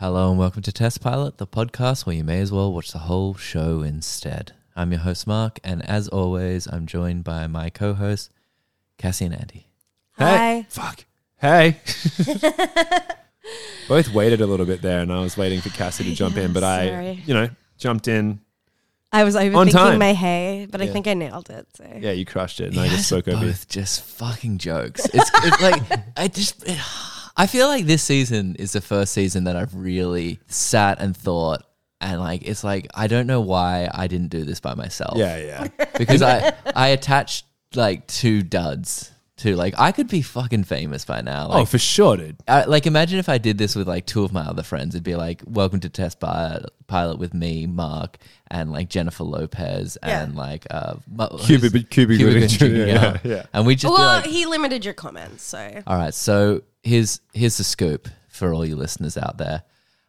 welcome to Test Pilot, the podcast where you may as well watch the whole show instead. I'm your host, Mark, and as always, I'm joined by my co hosts, Cassie and Andy. Hey. Fuck. Hey. Both waited a little bit there, and I was waiting for Cassie to jump in, but I, Sorry. you know, jumped in. I was time. overthinking my hey, but I Yeah. think I nailed it. So. Yeah, you crushed it, and You I guys just spoke are over you. both just fucking jokes. It's, it's like I just, I feel like this season is the first season that I've really sat and thought, and like it's like I don't know why I didn't do this by myself. Yeah, yeah. because I I attached like two duds to like I could be fucking famous by now. oh, Like, for sure, dude. I, like imagine if I did this with like two of my other friends, it'd be like, "Welcome to Test Pi- Pilot with me, Mark, and like Jennifer Lopez, Yeah. and like uh, mu- Cuba, who's- Cuba, Cuba Gooding Gooding Jr., Jr. Yeah, yeah. and we just be Well, like, he limited your comments, so all right, so here's here's the scoop for all you listeners out there.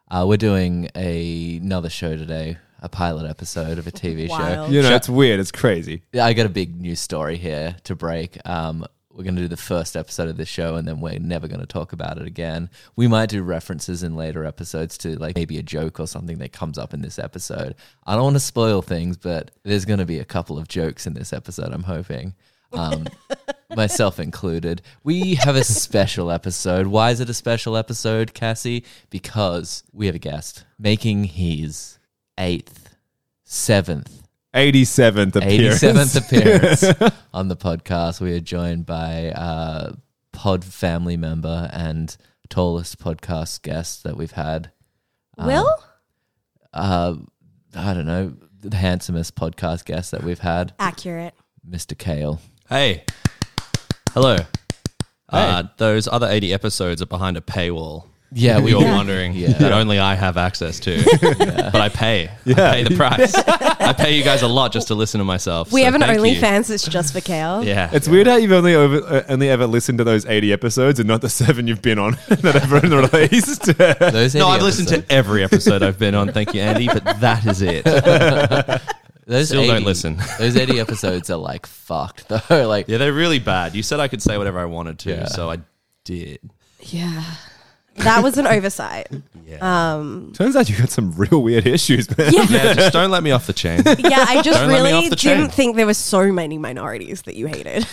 Uh, we're doing a, another show today, a pilot episode of a TV show. Wild. You know, it's weird. It's crazy. Yeah, I got a big news story here to break. Um, we're going to do the first episode of this show, and then we're never going to talk about it again. We might do references in later episodes to like maybe a joke or something that comes up in this episode. I don't want to spoil things, but there's going to be a couple of jokes in this episode. I'm hoping. Um, myself included. We have a special episode. Why is it a special episode, Cassie? Because we have a guest making his eighth, seventh, 87th appearance. 87th appearance on the podcast. We are joined by uh, pod family member and tallest podcast guest that we've had. Will Uh, I don't know, the handsomest podcast guest that we've had, accurate. Mr. Kale. Hey. Hello. Uh, those other 80 episodes are behind a paywall. Yeah, We we all yeah. wondering that only I have access to, but I pay. I pay the price. I pay you guys a lot just to listen to myself. We so have an thank you. OnlyFans that's just for Kale. Yeah, It's weird how you've only over, uh, only ever listened to those 80 episodes and not the seven you've been on that everyone released. Those no, 80 I've listened episodes- to every episode I've been on. Thank you, Andy. But that is it. Yeah, those still don't listen. those 80 episodes are like fucked though. Like, they're really bad. You said I could say whatever I wanted to, so I did. Yeah. That was an oversight. Yeah. Um, Turns out you got some real weird issues, man. yeah. yeah, just don't let me off the chain. Yeah, I just Don't let me really off the didn't chain. think there were so many minorities that you hated.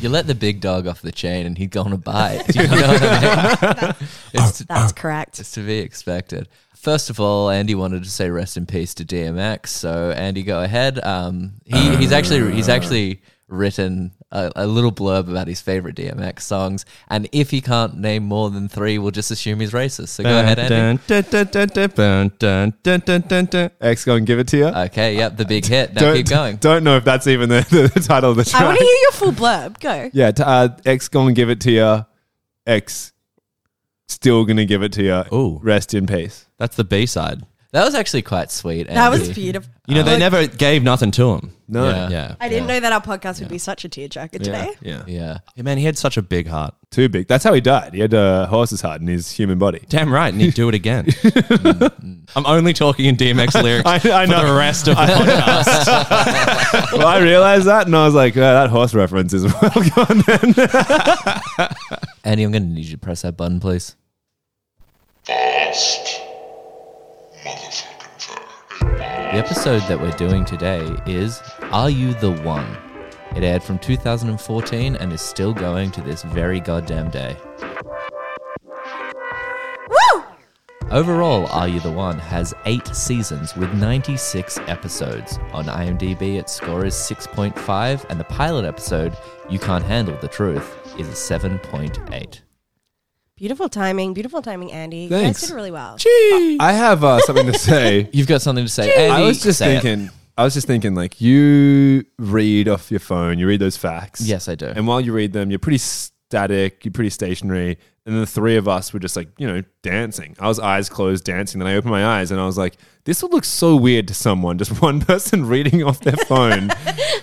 you let the big dog off the chain and he'd go on a bite. Do you know what I mean? It's- That's Oh. correct. It's to be expected. First of all, Andy wanted to say rest in peace to DMX. So Andy, go ahead. Um, he, he's actually he's actually written a, a little blurb about his favorite DMX songs, and if he can't name more than three, we'll just assume he's racist. So go ahead, Andy. X gonna give it to you. Okay, yep, the big hit. Now Uh, keep going. Don't know if that's even the, the, title of the track. I want to hear your full blurb. Go. Yeah, t- uh, X gonna give it to you. X still gonna give it to you. Ooh. rest in peace. That's the B side. That was actually quite sweet. Andy. That was beautiful. You know, they Uh, Look, never gave nothing to him. No, Yeah. Yeah. I didn't know that our podcast would be such a tearjerker today. yeah, Yeah. Yeah, man, he had such a big heart. too big. That's how he died. He had a horse's heart in his human body. Damn right, and he'd do it again. I'm only talking in DMX lyrics Mm, I- I for know. the rest of the podcast. well, I realized that, and I was like, uh, that horse reference is well gone. Then Andy, I'm going to need you to press that button, please. Fast. Motherfucking fast. The episode that we're doing today is Are You the One? It aired from 2014 and is still going to this very goddamn day. Woo! Overall, Are You the One has eight seasons with 96 episodes. On IMDb, its score is 6.5, and the pilot episode, You Can't Handle the Truth, is a 7.8. Beautiful timing. Beautiful timing, Andy. Thanks. You guys did really well. I have uh, something to say. You've got something to say. Andy, I was just say it. thinking. I was just thinking, like you read off your phone, you read those facts. Yes, I do. And while you read them, you're pretty static, you're pretty stationary. And the three of us were just like, you know, dancing. I was eyes closed dancing. Then I opened my eyes and I was like, this would look so weird to someone. Just one person reading off their phone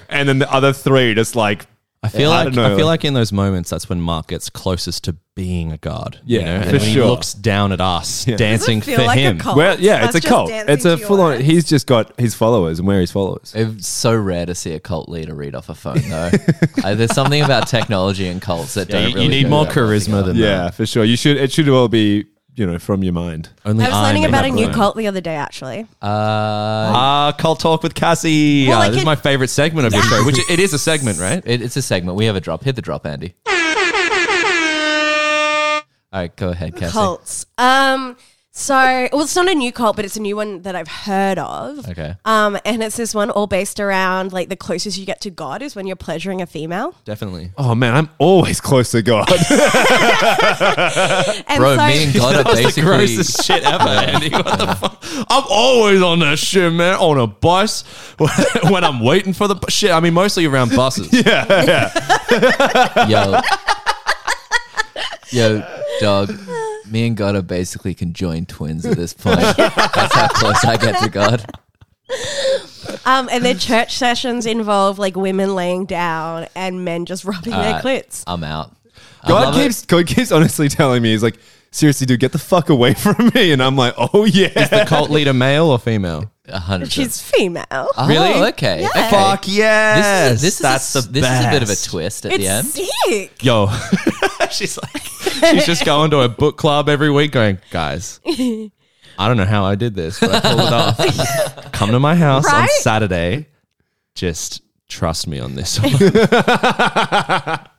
and then the other three just like, I feel I like don't know. I feel like in those moments, that's when Mark gets closest to being a god. Yeah, and for when sure. he looks down at us Does it dancing feel for like him. A cult? well, yeah, Us it's a just cult. dancing It's a to your full on, words? he's just got his followers and where his followers. It's so rare to see a cult leader read off a phone, though. Uh, there's something about technology and cults that Yeah, don't you, really you need go more that well charisma together. than Yeah, for sure. You should, it should all be you know, from your mind. Only I was learning may about a not new learn. cult the other day, actually. Uh, Ah, cult talk with Cassie. Well, Ah, I this is could- my favorite segment of your show, which it is a segment, right? it, it's a segment. We have a drop. Hit the drop, Andy. All right, go ahead, Cassie. Cults. Um, so, well, it's not a new cult, but it's a new one that I've heard of. Okay. Um, and it's this one all based around like the closest you get to God is when you're pleasuring a female. Definitely. Oh man, I'm always close to God. And Bro, so, me and God are That was the basically. grossest shit ever, Andy. What the fuck? I'm always on that shit, man. On a bus when I'm waiting for the bu- shit. I mean, mostly around buses. Yo. Yo, dog. Me and God are basically conjoined twins at this point. That's how close I get to God. um, and their church sessions involve like women laying down and men just rubbing Uh, their clits. I'm out. I God love it. keeps God keeps honestly telling me, he's like, seriously, dude, get the fuck away from me. And I'm like, oh yeah. The cult leader, male or female? A hundred. percent. She's female. Oh, Really? Okay. Yeah. okay. Fuck yes. This, is, that's this, is, the this is a bit of a best. twist at the end. it's sick. Yo, she's like, she's just going to a book club every week going, guys, I don't know how I did this, but I pulled it off. Come to my house on Right? Saturday. Just trust me on this one.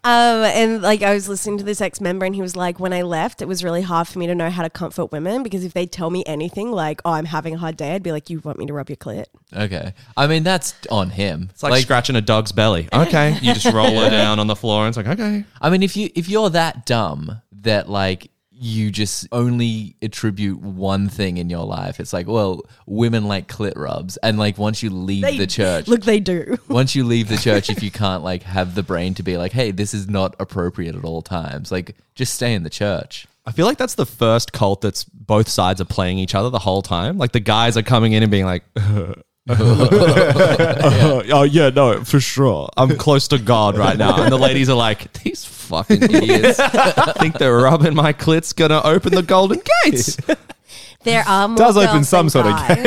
Um, and like I was listening to this ex member, and he was like, "When I left, it was really hard for me to know how to comfort women because if they tell me anything, like, oh, I'm having a hard day,' I'd be like, you want me to rub your clit?' Okay. I mean, that's on him. It's like, scratching a dog's belly. Okay. You just roll her down on the floor and it's like, okay. I mean, if you if you're that dumb that like you just only attribute one thing in your life, it's like, well, women like clit rubs, and like once you leave They- the church, Look, they do. once you leave the church, if you can't like have the brain to be like, hey, this is not appropriate at all times, like just stay in the church. I feel like that's the first cult that's both sides are playing each other the whole time. Like the guys are coming in and being like, oh yeah, no, for sure. I'm close to God right now. And the ladies are like, these fucking idiots think they're rubbing my clit's gonna open the golden gates, There are more Does open girls some than sort of guys.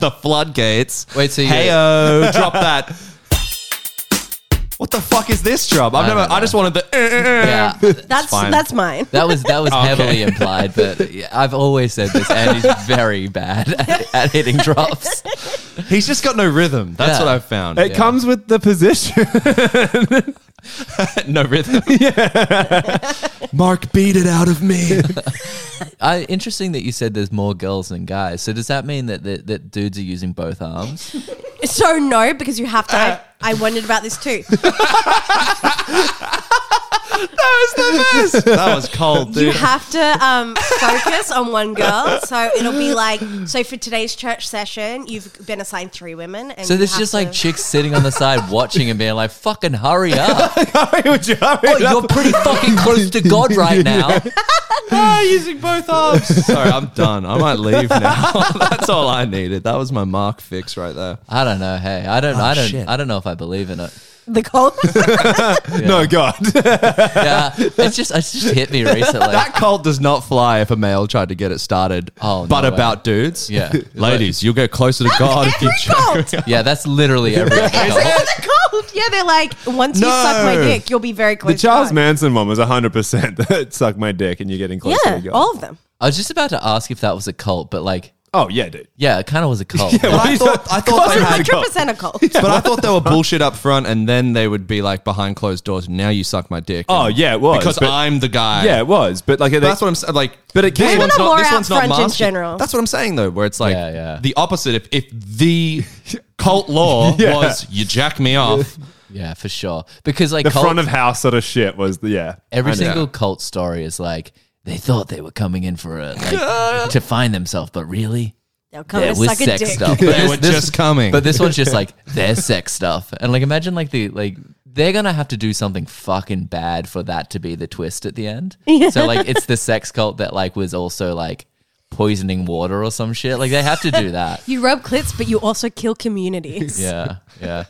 the floodgates. Wait, so you- hey, oh, drop that. What the fuck is this drum? I've I never. don't I just wanted the. uh, Yeah. That's fine. that's mine. That was that was Okay. heavily implied, but yeah, I've always said this. Andy's very bad at, at hitting drops. He's just got no rhythm. That's Yeah. what I've found. It comes with the position. no rhythm. Mark beat it out of me. Uh, interesting that you said there's more girls than guys. So does that mean that that, that dudes are using both arms? So no, because you have to. I, I wondered about this too. that was cold, You dude. have to um, focus on one girl, so it'll be like so for today's church session, you've been assigned three women, and So you there's have just to- like chicks sitting on the side watching and being like, "Fucking hurry up! Would you hurry Oh, you're pretty fucking close to God right now." Ah, using both arms. Sorry, I'm done. I might leave now. That's all I needed. That was my mark fix right there. I don't know. Hey, I don't. I don't. Oh, shit. I don't know if I believe in it. the cult. No, God. Oh, Yeah, it's just it's just hit me recently. That cult does not fly if a male tried to get it started. Oh, no but way. about dudes, Yeah. ladies, you'll get closer to God if you Every check. cult. Yeah, that's literally every. That's what they're called. Yeah, they're like, once No. you suck my dick, you'll be very close. The Charles to God. Manson one was 100% that suck my dick and you're getting close to Yeah, God. all of them. I was just about to ask if that was a cult, but like, oh, yeah, dude. yeah, it kind of was a cult. But I thought, I thought they had. cult. 100% a cult. But I thought they were bullshit up front, and then they would be like behind closed doors. Now you suck my dick. Oh, And- yeah, it was. because but- I'm the guy. Yeah, it was. But like, they, That's what I'm saying. Like, But it this came- Women one's are not- more this one's not out front in masculine. general. That's what I'm saying though, where it's like Yeah, yeah. the opposite. If if the cult law Yeah. was you jack me off, Yeah, for sure. Because like the cult, front of house sort of shit was, the, yeah. every I know. single cult story is like they thought they were coming in for a like, to find themselves, but really They'll come there and was suck a sex dick. stuff. But They were just coming. But this one's just like their sex stuff, and like imagine like the like they're gonna have to do something fucking bad for that to be the twist at the end. So like it's the sex cult that like was also like poisoning water or some shit. Like they have to do that. You rub clits, but you also kill communities. Yeah, yeah.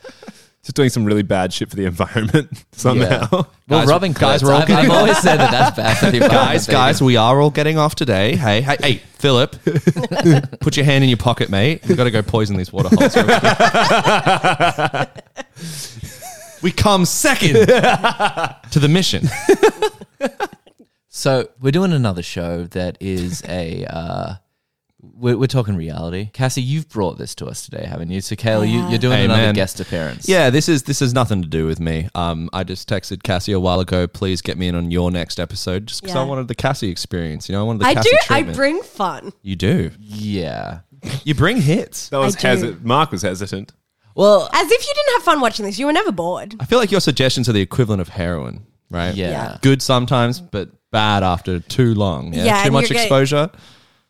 Just doing some really bad shit for the environment somehow. Well, Guys- rubbing guys, guys, we're all I've, I've always said that that's bad for the environment. guys, baby. guys, we are all getting off today. Hey, hey, hey, Philip, put your hand in your pocket, mate. We've got to go poison these water holes. real quick. we come second to the mission. So we're doing another show that is a. Uh, we're, we're talking reality. Cassie, you've brought this to us today, haven't you? So, Kayla, you, you're doing Hey, another man. guest appearance. Yeah, this is this has nothing to do with me. Um, I just texted Cassie a while ago. Please get me in on your next episode, just because Yeah. I wanted the Cassie experience. You know, I wanted the I Cassie do. treatment. I bring fun. you do. Yeah. You bring hits. That was do. hesi- Mark was hesitant. Well, As if you didn't have fun watching this, you were never bored. I feel like your suggestions are the equivalent of heroin, right? yeah. Yeah. Good sometimes, but bad after too long. Yeah. Yeah, too and much you're getting- exposure.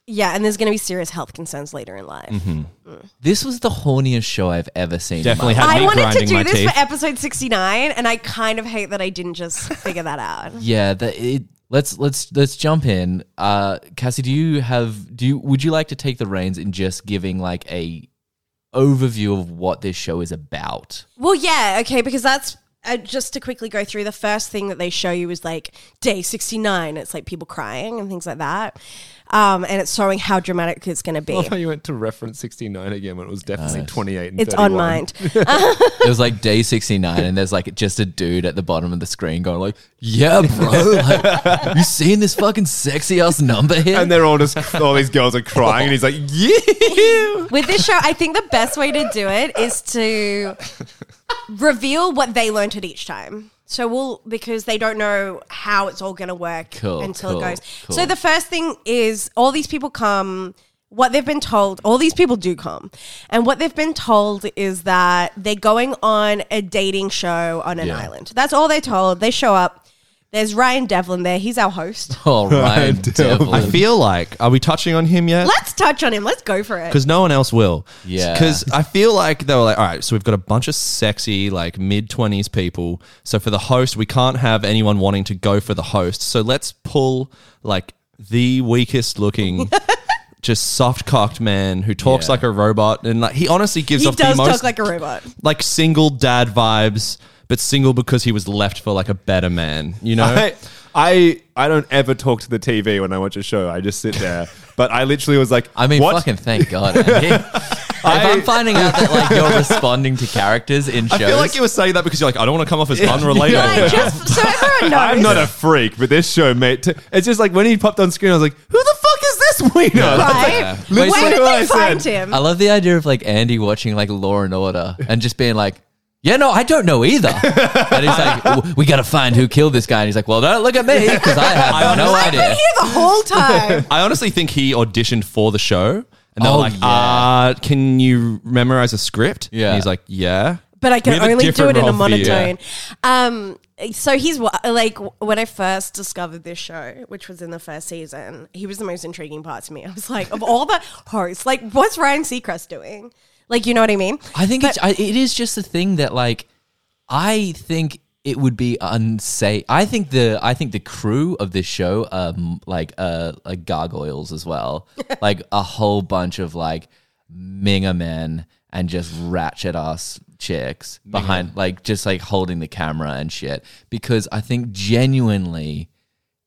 Yeah, and there's going to be serious health concerns later in life. Mm-hmm. This was the horniest show I've ever seen. in Definitely my- had I me wanted to grinding do my this teeth. for episode 69, and I kind of hate that I didn't just figure that out. Yeah. The, it, let's let's let's jump in. Uh, Cassie, do you have do you would you like to take the reins in just giving like a overview of what this show is about? Well, yeah, okay, because that's uh, just to quickly go through the first thing that they show you is like day 69. It's like people crying and things like that. Um, and it's showing how dramatic it's going to be. I love how you went to reference 69 again when it was definitely 28 and It's on 31. mind. It was like day 69, and there's like just a dude at the bottom of the screen going, like, Yeah, bro. Like, you seen this fucking sexy ass number here? And they're all just, all these girls are crying, and he's like, yeah. With this show, I think the best way to do it is to reveal what they learnt at each time. So we'll because they don't know how it's all going to work Cool, until cool, it goes. cool. So the first thing is all these people come. What they've been told, all these people do come, and what they've been told is that they're going on a dating show on an Yeah. island. That's all they're told. They show up. There's Ryan Devlin there. He's our host. all right, devil. I feel like are we touching on him yet? Let's touch on him. Let's go for it. because no one else will. Yeah. Because I feel like they were like, all right, so we've got a bunch of sexy, like mid 20s people. So for the host, we can't have anyone wanting to go for the host. So let's pull like the weakest looking. Just soft cocked man who talks Yeah. like a robot and like he honestly gives He off does the most talk like a robot. like single dad vibes, but single because he was left for like a better man, you know? I, I, I don't ever talk to the TV when I watch a show. I just sit there. But I literally was like, I mean, what? fucking thank God. Andy. if I'm finding out that like you're responding to characters in shows, I feel like you were saying that because you're like, I don't want to come off as unrelatable. You're like, just so everyone knows. I'm not a freak, but this show, mate, t- it's just like when he popped on screen, I was like, who the fuck is this wiener? right? Wait, Where so- did I they find said- him? I love the idea of like Andy watching like Law and Order and just being like, yeah, no, I don't know either. And he's like, "W- we got to find who killed this guy. And he's like, well, don't look at me because I have no I've idea. been here the whole time. I honestly think he auditioned for the show. And they're Oh, like, yeah. uh, can you memorize a script? Yeah. And he's like, yeah. But I We can have a only do it different in a role for you. monotone. Um, so he's wha- like, when I first discovered this show, which was in the first season, he was the most intriguing part to me. I was like, of all the hosts, like, what's Ryan Seacrest doing? Like, you know what I mean? I think it's, I, it is just the thing that like I think it would be unsafe. I think the I think the crew of this show um like uh like gargoyles as well, like a whole bunch of like minga men and just ratchet ass chicks behind like just like holding the camera and shit because I think genuinely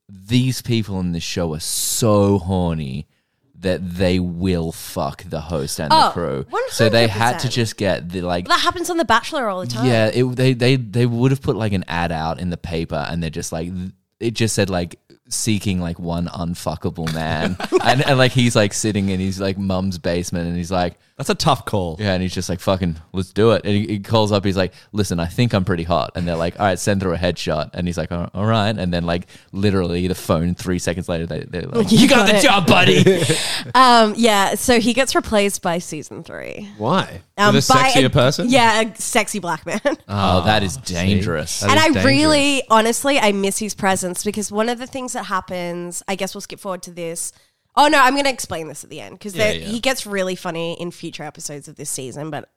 these people in this show are so horny that they will fuck the host and the Oh, crew. So they had to 100%. just get the like. uh, That happens on The Bachelor all the time. Yeah, it, they they they would have put like an ad out in the paper, and they're just like it just said like seeking like one unfuckable man, and, and like he's like sitting in his like mum's basement, and he's like. That's a tough call. Yeah, and he's just like, fucking, let's do it. And he, he calls up, he's like, listen, I think I'm pretty hot. And they're like, all right, send through a headshot. And he's like, all all right. And then, like, literally the phone three seconds later, they, they're like, you got, got the it. job, buddy. Um, yeah. So he gets replaced by season three. Why? Um, With a by sexier person? Yeah, a sexy black man. oh, that is dangerous. Ah, That and I is dangerous. really, honestly, I miss his presence because one of the things that happens, I guess we'll skip forward to this. Oh no, I'm going to explain this at the end because yeah. he gets really funny in future episodes of this season. But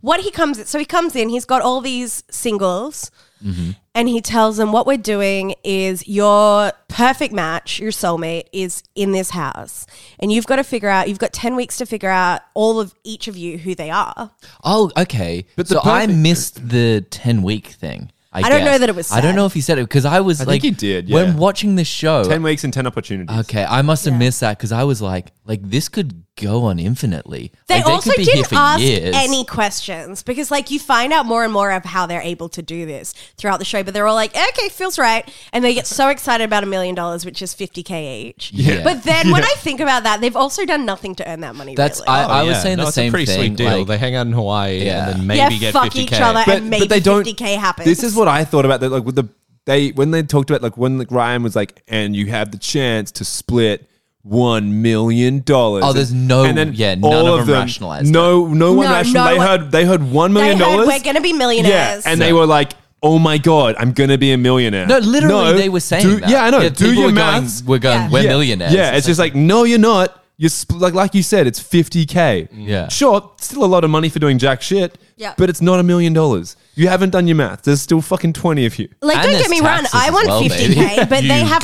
what he comes, so he comes in, he's got all these singles, Mm-hmm. and he tells them what we're doing is your perfect match, your soulmate is in this house, and you've got to figure out. You've got ten weeks to figure out all of each of you who they are. Oh, okay. But the so I perfect- missed the 10 week thing. I, I don't know guess. that it was I don't sad. know if he said it because I was think like, he did, yeah. When watching the show, Ten weeks and ten opportunities. Okay, I must have Yeah. missed that because I was like, like this could go on infinitely. They, like, also could be here didn't for ask years. any questions because, like, you find out more and more of how they're able to do this throughout the show. But they're all like, "Okay, feels right," and they get so excited about a million dollars, which is fifty k each. Yeah. But then when I think about that, they've also done nothing to earn that money. That's really. I, Oh, I was yeah. saying No, the it's same a pretty thing. sweet deal. like- they hang out in Hawaii Yeah. and then maybe yeah, get fuck 50k. each other But- but and maybe they don't- fifty k happens. This is what I thought about that. Like with the they when they talked about like when like Ryan was like, and you have the chance to split one million dollars. Oh, there's no- yeah, none all of them rationalized No, no one No, rationalized. no they one- heard they heard one they million heard dollars. we're going to be yeah, millionaires. and they were like. Oh my god! I'm gonna be a millionaire. no, literally, they were saying do- that. Yeah, I know. do people your were maths. Going, we're going. Yeah. We're yeah. millionaires. Yeah, it's just like no, you're not. You're sp- like like you said, it's 50k. Yeah. sure, still a lot of money for doing jack shit. Yeah. but it's not a million dollars. You haven't done your math. There's still fucking 20 of you. like, And don't there's get me wrong, taxes I as want well, fifty k, but you they have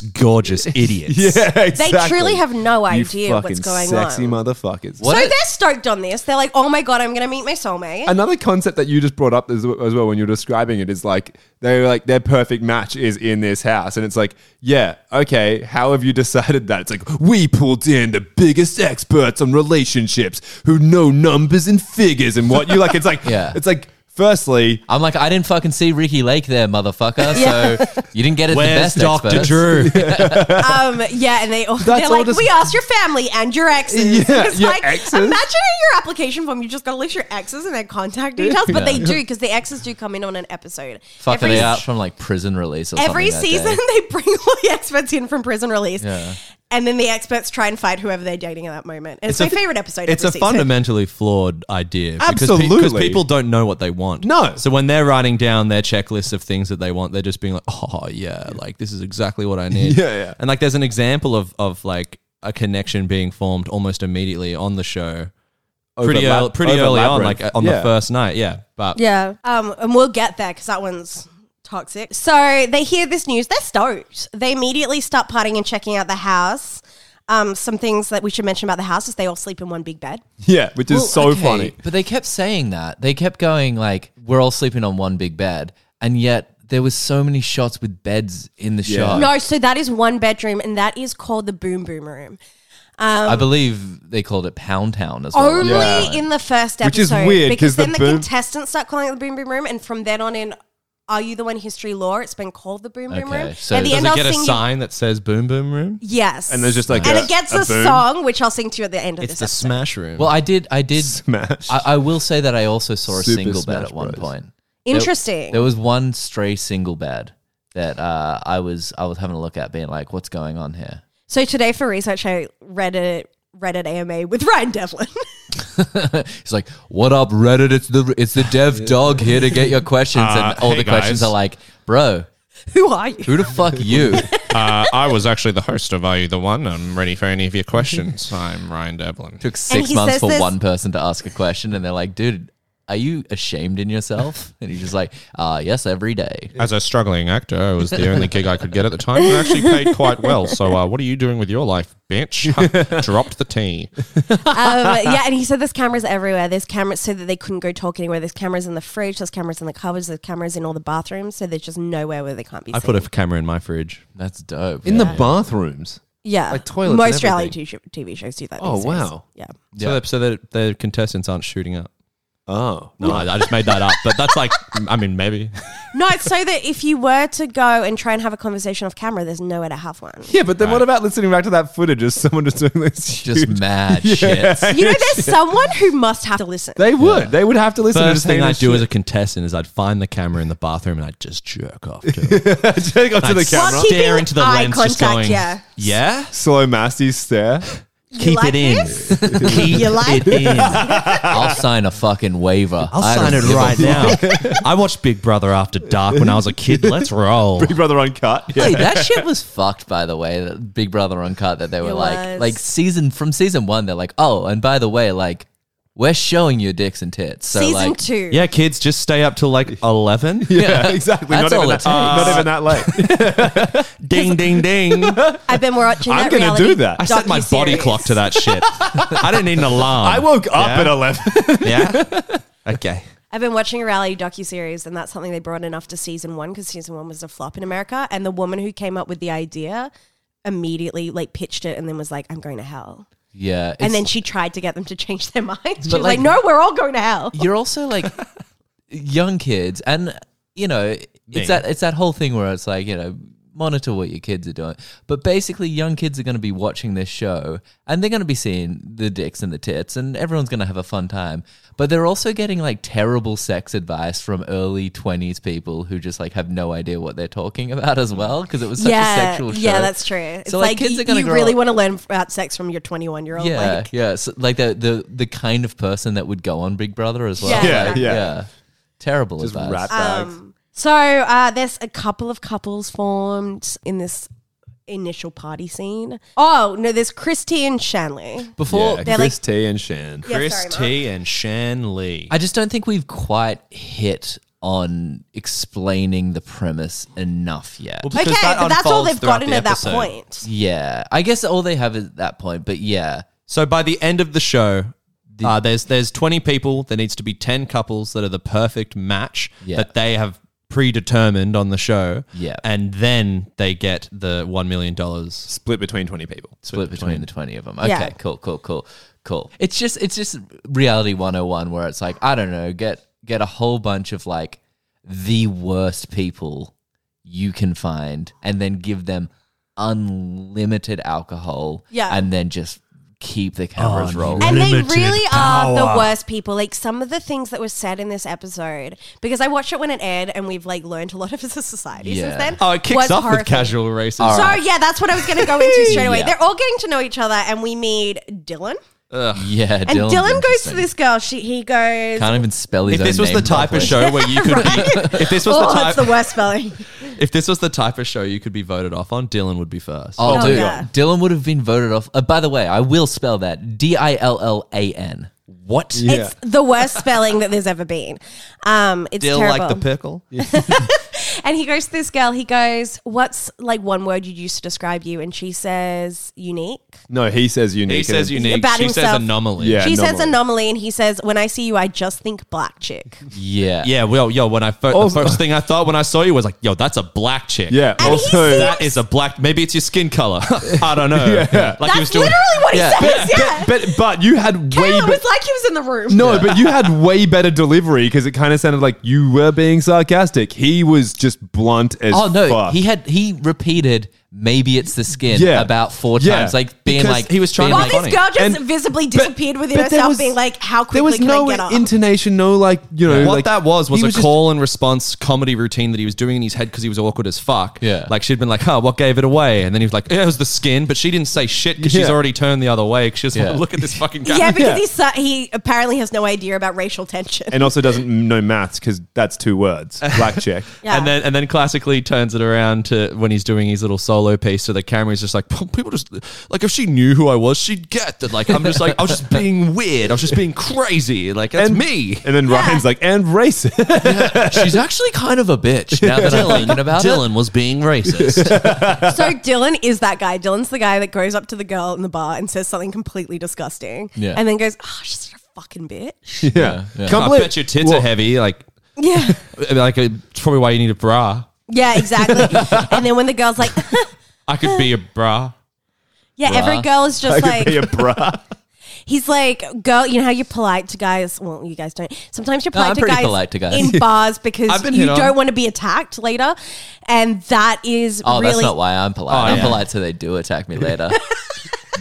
gorgeous idiots. They truly have no idea what's going on. Sexy motherfuckers. What so a- they're stoked on this. They're like, "Oh my god, I'm going to meet my soulmate." Another concept that you just brought up as, as well when you're describing it is like they're like their perfect match is in this house, and it's like, yeah, okay, how have you decided that? It's like we pulled in the biggest experts on relationships who know numbers and figures and what you like. It's like, Yeah. it's like, firstly, I'm like, I didn't fucking see Ricky Lake there, motherfucker. So you didn't get it Where's the best. Doctor experts. Drew? Um, yeah, and they all, they're all like, just- we asked your family and your exes. Yeah, it's your like, exes. imagine in your application form, you just got to list your exes and their contact details, but they do because the exes do come in on an episode. Fuck, are every they out from like prison release or every something? that day? season, they bring all the experts in from prison release. Yeah. And then the experts try and fight whoever they're dating at that moment. And it's, It's my a- favorite episode. It's a every season. fundamentally flawed idea. Because Absolutely. people don't know what they want. No. So when they're writing down their checklist of things that they want, they're just being like, oh, yeah, like this is exactly what I need. Yeah, yeah. And like there's an example of, of like a connection being formed almost immediately on the show. Pretty Overlap- early, pretty early on, overlapping. like uh, on Yeah. the first night. Yeah. But Yeah. Um, and we'll get there because that one's toxic. So they hear this news. They're stoked. They immediately start partying and checking out the house. Um, some things that we should mention about the house is they all sleep in one big bed. yeah, which is Well, so okay, funny. But they kept saying that. They kept going like, "We're all sleeping on one big bed," and yet there was so many shots with beds in the Yeah. shot. No, so that is one bedroom, and that is called the Boom Boom Room. I believe they called it Pound Town as well. Only Yeah. in the first episode, Which is weird, because 'cause the then the, boom- contestants start calling it the Boom Boom Room, and from then on in, are you the one history lore? It's been called the Boom Boom Okay, Room. so At does the does end, it I'll get a sing you- sign that says boom, boom room? yes, And there's just like and a- it gets a a, boom. song, which I'll sing to you at the end of It's this. the episode. smash room. Well, I did. I did. Smash. I, I will say that I also saw a Super single bed Smash at one Bros. point. There- Interesting. There, was one stray single bed that uh, I was I was having a look at, being like, "What's going on here?" so today for research, I read a Reddit AMA with Ryan Devlin. He's like, "What up, Reddit? It's the it's the dev dog here to get your questions." Uh, and all hey, the questions guys. are like, "Bro, Who are you? who the fuck you?" Uh, I was actually the host of Are You the One? I'm ready for any of your questions. I'm Ryan Devlin. took six he months says for this- one person to ask a question, and they're like, "Dude, are you ashamed in yourself?" And he's just like, "Ah, yes, every day." As a struggling actor, it was the only gig I could get at the time. It actually paid quite well. So, uh, what are you doing with your life, bitch? Dropped the T. um, yeah, and he said there's cameras everywhere. There's cameras so that they couldn't go talk anywhere. There's cameras in the fridge. There's cameras in the cupboards. There's cameras in all the bathrooms. So there's just nowhere where they can't be. I seen. put a camera in my fridge. That's dope. in the bathrooms. yeah, like toilets and Most reality everything. t- TV shows do that. Oh, these days. wow. Yeah, So, that, so that the contestants aren't shooting up. Oh, No, I, I just made that up. But that's like, I mean, maybe. no, it's so that if you were to go and try and have a conversation off camera, there's nowhere to have one. yeah, but then what about listening back to that footage of someone just doing this? just huge- mad shit. You know, there's someone who must have to listen. They would. They would have to listen. to First just thing heinous I'd do shit. as a contestant is I'd find the camera in the bathroom and I'd just jerk off to it. Take up to the I'd camera. Well, stare keeping into the eye lens, just contact, going, yeah. yeah? Slow Masty stare. You like this? Keep You like it in. I'll sign a fucking waiver. I'll I sign don't it give a right fuck. now. I watched Big Brother After Dark when I was a kid. Let's roll. Big Brother uncut. Yeah. Hey, that shit was fucked, by the way. That Big Brother Uncut that they were It like, was. like season from season one. They're like, oh, and by the way, like we're showing you dicks and tits. So Season like, two. Yeah, kids, just stay up till like 11. Yeah, exactly. Oh, That's not, even all it that, not even that late. Ding, ding, ding. I've been watching. I'm that gonna reality do that. I set my body docuseries. clock to that shit. I didn't need an alarm. I woke up Yeah. at 11. Yeah. Okay. I've been watching a reality docuseries, and that's something they brought in after season one because season one was a flop in America. And the woman who came up with the idea immediately like pitched it and then was like, I'm going to hell. Yeah. And it's- then she tried to get them to change their minds. She was like- like, No, we're all going to hell. you're also like young kids and you know it's that it's that whole thing where it's like you know monitor what your kids are doing but basically young kids are going to be watching this show and they're going to be seeing the dicks and the tits and everyone's going to have a fun time but they're also getting like terrible sex advice from early 20s people who just like have no idea what they're talking about as well because it was such a sexual show yeah, that's true. It's So, like, like, kids you, are gonna you grow really up- want to learn about sex from your 21 year old. yeah Like, yeah so, like the, the the kind of person that would go on big brother as well Yeah, Like, yeah. terrible Just advice rat bags. Um, So uh, there's a couple of couples formed in this initial party scene. Oh no, there's Christy and Shanley. before yeah, they're Chris like- T and Shan. sorry, Chris T and Shan Lee. I just don't think we've quite hit on explaining the premise enough yet. Well, Okay, because that but that's all unfolds they've throughout gotten the at that episode. point. yeah, I guess all they have at that point, but yeah, So by the end of the show, uh, there's there's 20 people. There needs to be 10 couples that are the perfect match Yeah. that they have predetermined on the show. Yeah. and then they get the one million dollars. Split between 20 people. split between the twenty of them. Okay, Yeah. cool, cool, cool, cool. It's just it's just reality one hundred and one where it's like I don't know, get get a whole bunch of like the worst people you can find, and then give them unlimited alcohol, Yeah. and then just keep the cameras rolling. And they really are the worst people. Like some of the things that were said in this episode, because I watched it when it aired, and we've like learned a lot of as a society Yeah. since then. Oh, it kicks was off with horrific. casual racism. So yeah, that's what I was going to go into straight away. Yeah. They're all getting to know each other, and we meet Dylan. yeah, And Dylan goes to interesting. this girl. She he goes. Can't even spell his If own this was name the type properly. of show where you could be, if this was Oh, the that's type, the worst spelling. if this was the type of show you could be voted off on, Dylan would be first. Oh, Oh, dude, yeah. Dylan would have been voted off. Uh, by the way, I will spell that D I L L A N. What? It's the worst spelling that there's ever been. Um, it's Dill terrible. like the pickle. and he goes to this girl. He goes, "What's like one word you'd use to describe you?" And she says, "Unique." No, he says unique. He and it's- says unique. About she says himself. anomaly. Yeah. she says anomaly. anomaly, and he says, "When I see you, I just think black chick." Yeah. Yeah, well, yo, when I fir- Also- the first thing I thought when I saw you was like, yo, that's a black chick. Yeah. And he also, says- that is a black. Maybe it's your skin color. I don't know. Yeah. Like That's literally what Yeah. he says. Yeah, but but you had way Caleb be- was like he was in the room. no, but you had way better delivery because it kind of sounded like you were being sarcastic. He was just blunt as Oh no, fuck. he had he repeated maybe it's the skin Yeah. about four Yeah. times, like being Because like he was trying being to While like, be this funny. girl just And- visibly but- disappeared within but there herself, was- being like, "How there quickly was can no I get up?" intonation, no like you know, what like, that was was he a just- call and response comedy routine that he was doing in his head because he was awkward as fuck. Yeah. like she'd been like, "Huh, what gave it away?" And then he was like, "Yeah, "It was the skin," but she didn't say shit because she's Yeah. already turned the other way. 'cause She was Yeah. like, "Look at this fucking guy." yeah, because Yeah. he's so- he apparently has no idea about racial tension. and also doesn't know maths because that's two words. Black check. Yeah. And then and then classically turns it around to when he's doing his little solo piece to the camera. He's just like, people just like if she knew who I was, she'd get that. Like I'm just like I was just being weird. I was just being crazy. Like that's me. And then Ryan's like, and racist. She's actually kind of a bitch. Now that I'm thinking about it, Dylan was being racist. So Dylan is that guy. Dylan's the guy that goes up to the girl in the bar and says something completely disgusting, Yeah. and then goes, "Oh, she's such a fucking bitch." yeah. Can't I believe- bet your tits Well, are heavy. Like Yeah, like it's probably why you need a bra. yeah, exactly. and then when the girl's like, I could be a bra. "Yeah," every girl is just I could be like, a bra. he's like, "Girl, you know how you're polite to guys? Well, you guys don't. Sometimes you're polite, I'm to, pretty guys polite to guys. in bars because I've been you hit on. don't want to be attacked later, and that is Oh, really that's not why I'm polite. Oh, I'm yeah. polite so they do attack me later.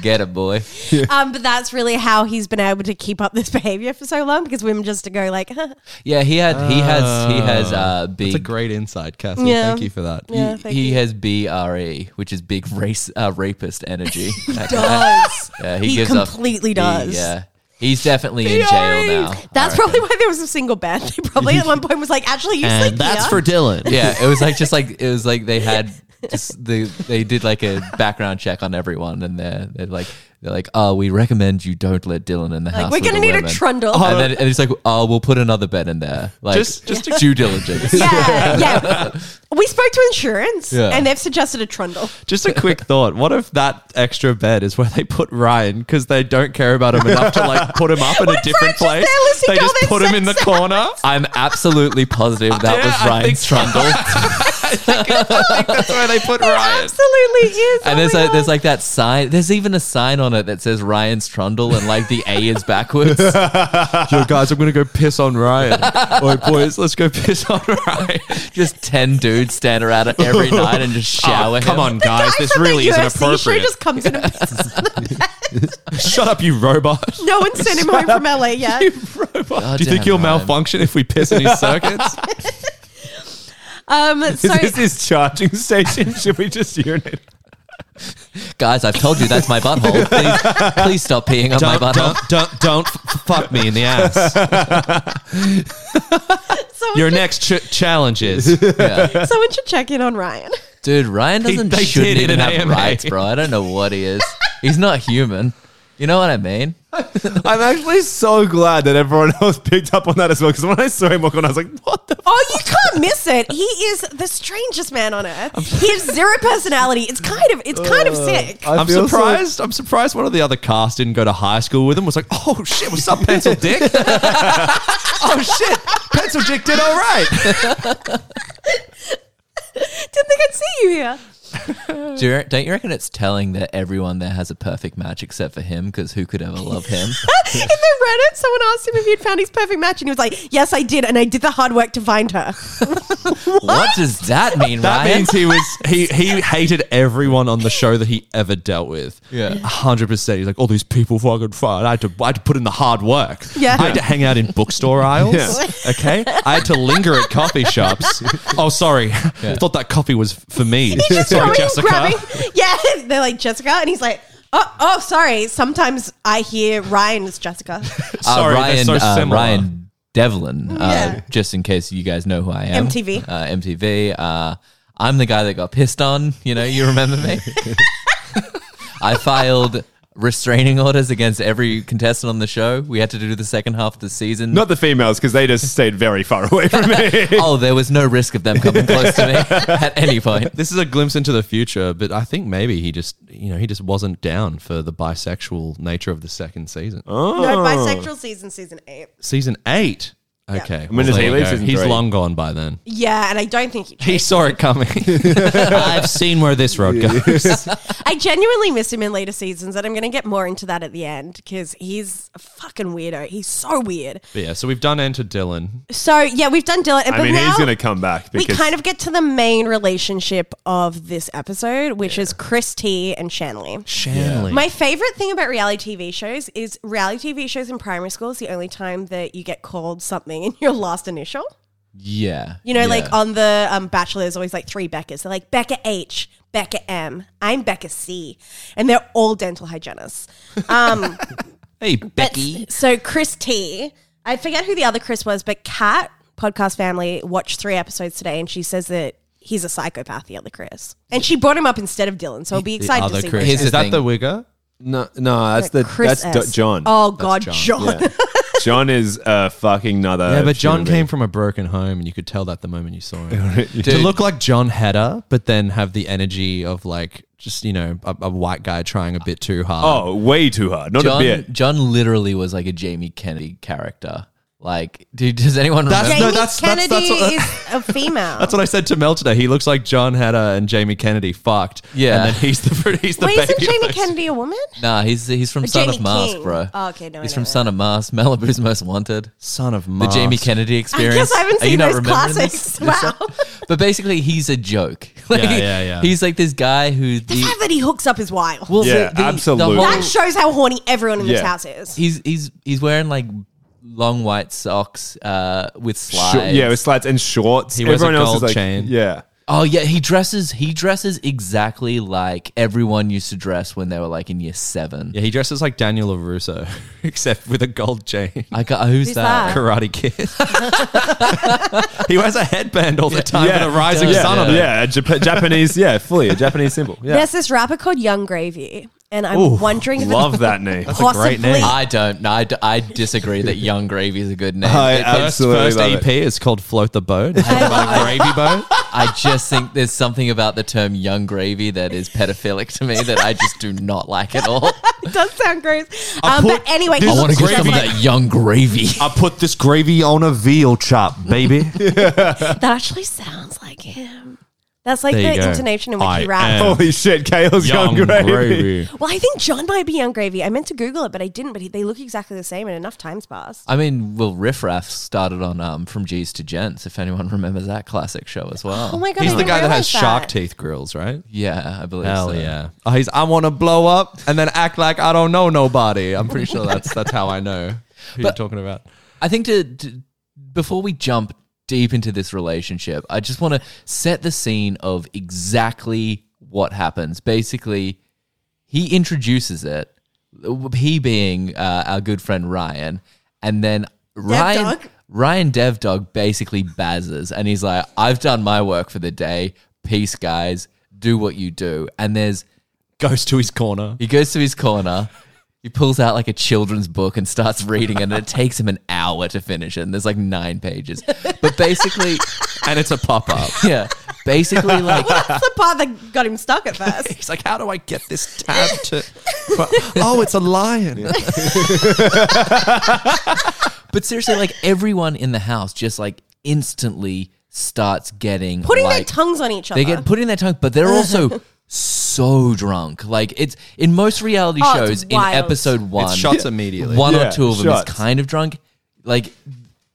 Get it, boy. Um, but that's really how he's been able to keep up this behavior for so long because women just go like, huh. Yeah, he had he has he has uh It's a big great insight, Cassie. Yeah. Thank you for that. yeah, he, thank he you. has BRE, which is big race uh, rapist energy. That guy. does. Yeah, he, He gives off- completely he- does. E! yeah, he's definitely in jail now. That's probably why there was a single band. They probably at one point was like, actually, you sleep And that's here. for Dylan. Yeah, it was like just like it was like they had Just the, they did like a background check on everyone, and they're they're like they're like, oh, we recommend you don't let Dylan in the house. we're with gonna the need a women." trundle. and then and it's like, oh, we'll put another bed in there. Like Just- just due diligence. yeah, yeah. We spoke to insurance, Yeah. and they've suggested a trundle. Just a quick thought. What if that extra bed is where they put Ryan because they don't care about him enough to like put him up in a if different Ryan's just place? there listening They to all just their put him in the sex corner. I'm absolutely positive that was I think Ryan's trundle. That's where they put Ryan. Absolutely is. And Oh there's my like there's God. like that sign. There's even a sign on it that says Ryan's Trundle, and like the A is backwards. Yo, guys, I'm gonna go piss on Ryan. Oi, boys, let's go piss on Ryan. just ten dudes stand around it every night and just shower. Oh. come him. on, guys, Guy this from the really isn't UFC show appropriate. Just comes in and pisses. Shut up, you robot. No one sent him home from LA yet. God Do you damn, think he'll Ryan. malfunction if we piss in his circuits? Um, so Is this his charging station? Should we just urinate? Guys, I've told you that's my butthole. Please, please stop peeing on my Don't, butthole. don't, don't, don't f- fuck me in the ass. someone, Your should, next ch- challenge is Yeah. someone should check in on Ryan. Dude, Ryan doesn't they shouldn't did even an have AMA. rights, bro. I don't know what he is. He's not human. You know what I mean? I'm actually so glad that everyone else picked up on that as well. Because when I saw him walk on, I was like, "What the?" Oh, you can't miss it. He is the strangest man on earth. He has zero personality. It's kind of it's kind of Uh, sick. I I'm feel so- surprised. I'm surprised one of the other cast didn't go to high school with him. Was like, oh shit, what's up, Pencil Dick? oh shit, Pencil Dick did all right. Didn't think I'd see you here. Do you, don't you reckon it's telling that everyone there has a perfect match except for him? Because who could ever love him? In the Reddit, someone asked him if he'd found his perfect match, and he was like, "Yes, I did, and I did the hard work to find her." what? does that mean, That Ryan? means he was he he hated everyone on the show that he ever dealt with. Yeah. hundred percent. He's like, all these people fucking fight. I had to I had to put in the hard work. Yeah. I had to hang out in bookstore aisles. Yeah. Okay, I had to linger at coffee shops. Oh, sorry, I thought that coffee was for me. Just Sorry, going, Jessica. grabbing. Yeah, they're like Jessica, and he's like, "Oh, oh, sorry. Sometimes I hear Ryan is Jessica." Uh, Sorry, they're Ryan, so uh, similar. Ryan Devlin, uh, Yeah. just in case you guys know who I am. MTV. Uh, MTV. Uh, I'm the guy that got pissed on. You know, you remember me? I filed restraining orders against every contestant on the show. We had to do the second half of the season. Not the females, because they just stayed very far away from me. oh, there was no risk of them coming close to me at any point. this is a glimpse into the future, but I think maybe he just, you know, he just wasn't down for the bisexual nature of the second season. Oh. No, bisexual season, season eight. Season eight. Okay. mean, does there he you leave go. season He's three? long gone by then. Yeah, and I don't think he. He saw it coming. I've seen where this road goes. I genuinely miss him in later seasons, and I'm going to get more into that at the end because he's a fucking weirdo. He's so weird. But yeah, so we've done Enter Dylan. So yeah, we've done Dylan, I but mean, now he's going to come back we because kind of get to the main relationship of this episode, which is Chris T and Shanley. Shanley. My favorite thing about reality TV shows is reality TV shows in primary school is the only time that you get called something in your last initial. Yeah. You know, yeah. like on the um, Bachelor, there's always like three Beckers. They're like Becca H, Becca M, I'm Becca C, and they're all dental hygienists. Um, hey, but- Becky. so Chris T, I forget who the other Chris was, but Kat, podcast family, watched three episodes today, and she says that he's a psychopath, the other Chris, and she brought him up instead of Dylan. So I'll be excited to Other see. Chris. what- Here's Is the that thing. the wigger? no, no, that's the Chris that's S. Do- John. Oh God, John. John is a fucking another. yeah, but John human came from a broken home, and you could tell that the moment you saw him. being. to Dude. look like John Hedder, but then have the energy of like just you know a, a white guy trying a bit too hard. Oh, way too hard. Not a John, bit. John literally was like a Jamie Kennedy character. Like, dude, does anyone remember? Jamie No, that's- that's- Kennedy that's what- is a female. That's what I said to Mel today. He looks like John Hatter and Jamie Kennedy fucked. Yeah. and then he's the he's the Wait, baby. isn't Jamie of those- Kennedy a woman? Nah, he's he's from Son Uh, Jamie of Mars, King. bro. Oh, okay, no, I he's know from that. Son of Mars, Malibu's Most Wanted, Son of the Mars. Jamie Kennedy Experience. I guess I haven't Are you seen not those remembering this? classics. Wow. But basically, he's a joke. Like, Yeah, yeah, yeah. He's like this guy who The fact that he hooks up is wild. well, Yeah, absolutely. that shows how horny everyone in this Yeah. house is. he's he's he's wearing like long white socks uh, with Sh- slides. yeah, with slides and shorts. He wears a Everyone else gold is like, chain. yeah. Oh yeah, he dresses. He dresses exactly like everyone used to dress when they were like in year seven. Yeah, he dresses like Daniel LaRusso, except with a gold chain. I got who's, Who's that? that? Karate kid. he wears a headband all the time with a rising yeah, sun on it. yeah, a Jap- Japanese, yeah, fully a Japanese symbol. Yeah, There's this rapper called Young Gravy, and I'm wondering if love it's that name. possibly great name. I don't. know. I, d- I disagree that Young Gravy is a good name. I It- First, absolutely first love EP it. is called Float the Boat. About a gravy boat. I just think there's something about the term Young Gravy that is pedophilic to me that I just do not like at all. it does sound gross. Um, but put- anyway, this he is wanna looks great. just Gravy. that Young Gravy. I put this gravy on a veal chop, baby. like- that actually sounds like him. That's like There you the go. intonation in which I he raps. am Holy shit, Kale's young, gravy. Well, I think John might be Young Gravy. I meant to Google it, but I didn't. But he, they look exactly the same, and enough times passed. I mean, well, Riff Raff started on um, From G's to Gents, if anyone remembers that classic show as well. Oh my god! He's I the didn't guy that realize has shark teeth grills, right? Yeah, I believe Hell so. yeah. Oh, he's I want to blow up and then act like I don't know nobody. I'm pretty sure that's that's how I know who But- you're talking about. I think to, to before we jump deep into this relationship, I just want to set the scene of exactly what happens. Basically, he introduces it, he being uh, our good friend Ryan, and then Ryan Dog? Ryan Dev Dog basically bazzes, and he's like, "I've done my work for the day. Peace, guys. Do what you do." And there's Goes to his corner. he goes to his corner. He pulls out like a children's book and starts reading it, and it takes him an hour to finish it. And there's like nine pages. But basically, And it's a pop up. yeah, basically, like, That's the part that got him stuck at first. He's like, how do I get this tab to? oh, it's a lion. but seriously, like, everyone in the house just like instantly starts getting putting their like, tongues on each other. They get putting their tongue, but they're also so drunk. Like, it's in most reality Oh, it's shows, in wild. episode one, It's shots immediately. one Yeah, or two of them shots. is kind of drunk. Like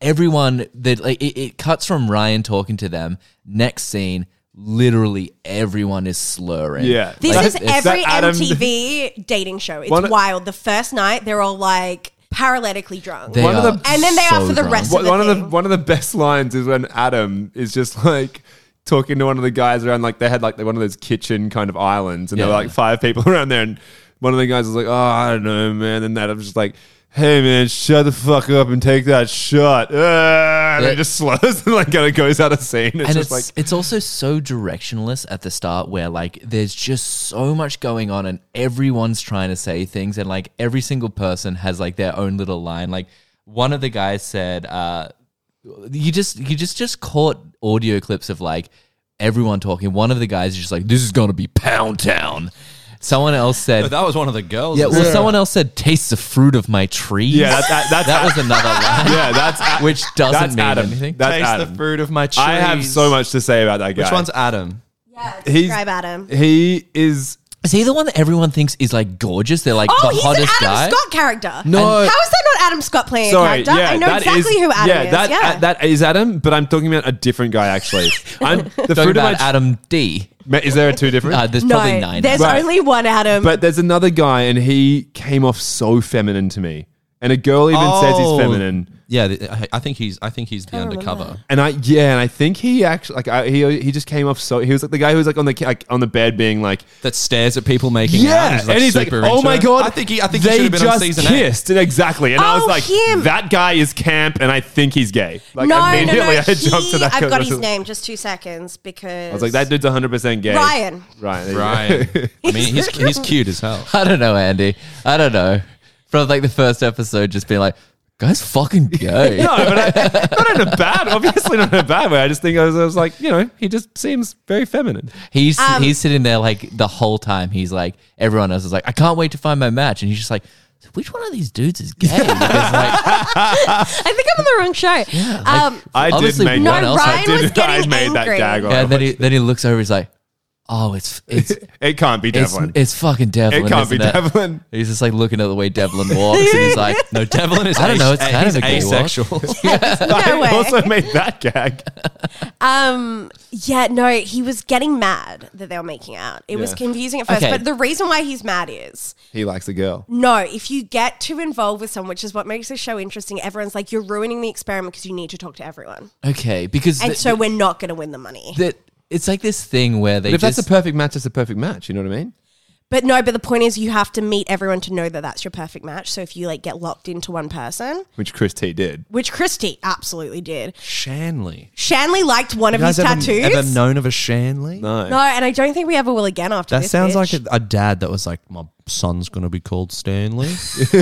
everyone that like it, it cuts from Ryan talking to them. Next scene, literally everyone is slurring. Yeah. this Like, is it's every that Adam- MTV dating show. It's One- wild. The first night, they're all like paralytically drunk. They One of are the- And then they are so for the drunk. rest One- the one of the thing. one of the best lines is when Adam is just like talking to one of the guys around like they had like one of those kitchen kind of islands and there were Yeah. like five people around there and one of the guys was like, Oh, I don't know, man, and Adam's just like Hey man, shut the fuck up and take that shot. Uh, and Yeah. it just slows and like kind of goes out of scene. It's and it's just like it's also so directionless at the start where like there's just so much going on and everyone's trying to say things and like every single person has like their own little line like one of the guys said uh you just you just just caught audio clips of like everyone talking one of the guys is just like this is gonna be pound town someone else Oh, said that was one of the girls. yeah well someone else said taste the fruit of my tree Yeah, that, that, that's that was another line yeah, that's Ad- which doesn't that's mean Adam. anything That's taste Adam. the fruit of my trees. I have so much to say about that guy. Which one's Adam? yeah, He's- describe Adam. he is Is he the one that everyone thinks is like gorgeous? They're like Oh, the he's an Adam hottest guy. Scott character. No. how is that not Adam Scott playing a character? I know that exactly is- who Adam yeah, is. That, yeah, uh, that is Adam, but I'm talking about a different guy actually. I'm the Talking fruit of my about Adam D. Ma- Is there two different? Uh, there's no, probably nine. there's Right. only one Adam. but there's another guy, and he came off so feminine to me. And a girl even says he's Oh. feminine. Yeah, th- I- I think he's. I think he's the undercover. And I yeah, and I think he actually like I, he he just came off so he was like the guy who was like on the ca- like, on the bed being like that stares at people making out. yeah, and he's like, super oh into my it. god, I think he, I think they he should have been just on season eight. kissed and exactly. And I was Oh, like, him. that guy is camp, and I think he's gay. Like no, no, no, immediately, I he- jumped to that. I've got his conclusion. name. Just two seconds because I was like, that dude's 100 percent gay. Ryan. Ryan, there you go. Ryan, I mean, he's he's cute as hell. I don't know, Andy. I don't know. From like the first episode, just being like, guys, fucking gay. No, but I, not in a bad, obviously not in a bad way. I just think I was, I was like, you know, he just seems very feminine. He's Um, he's sitting there like the whole time. He's like, everyone else is like, I can't wait to find my match, and he's just like, which one of these dudes is gay? Because like, I think I'm on the wrong show. um, I did obviously make one that- no, else. Ryan did- was I getting made that angry. gag yeah, I and then he then he looks over. He's like, oh, it's it's It can't be it's, Devlin. it's fucking Devlin. it can't be isn't it? Devlin. He's just like looking at the way Devlin walks, and he's like, No, Devlin is. I don't know, it's ase- kind he's of a gay walk. asexual. No way. I also made that gag. Um. Yeah. No. He was getting mad that they were making out. It was Yeah. confusing at first, Okay. but the reason why he's mad is He likes a girl. no. If you get too involved with someone, which is what makes this show interesting, everyone's like, "You're ruining the experiment because you need to talk to everyone," okay, because and the- so we're not going to win the money. that it's like this thing where they But if just that's a perfect match, it's a perfect match. You know what I mean? But no, but the point is you have to meet everyone to know that that's your perfect match. So if you like get locked into one person, Which Chris T did. which Christy absolutely did. Shanley. Shanley liked one of You guys his ever, tattoos. ever known of a Shanley? No. no, and I don't think we ever will again after That this. sounds bitch. like a, a dad that was like, "My son's going to be called Stanley."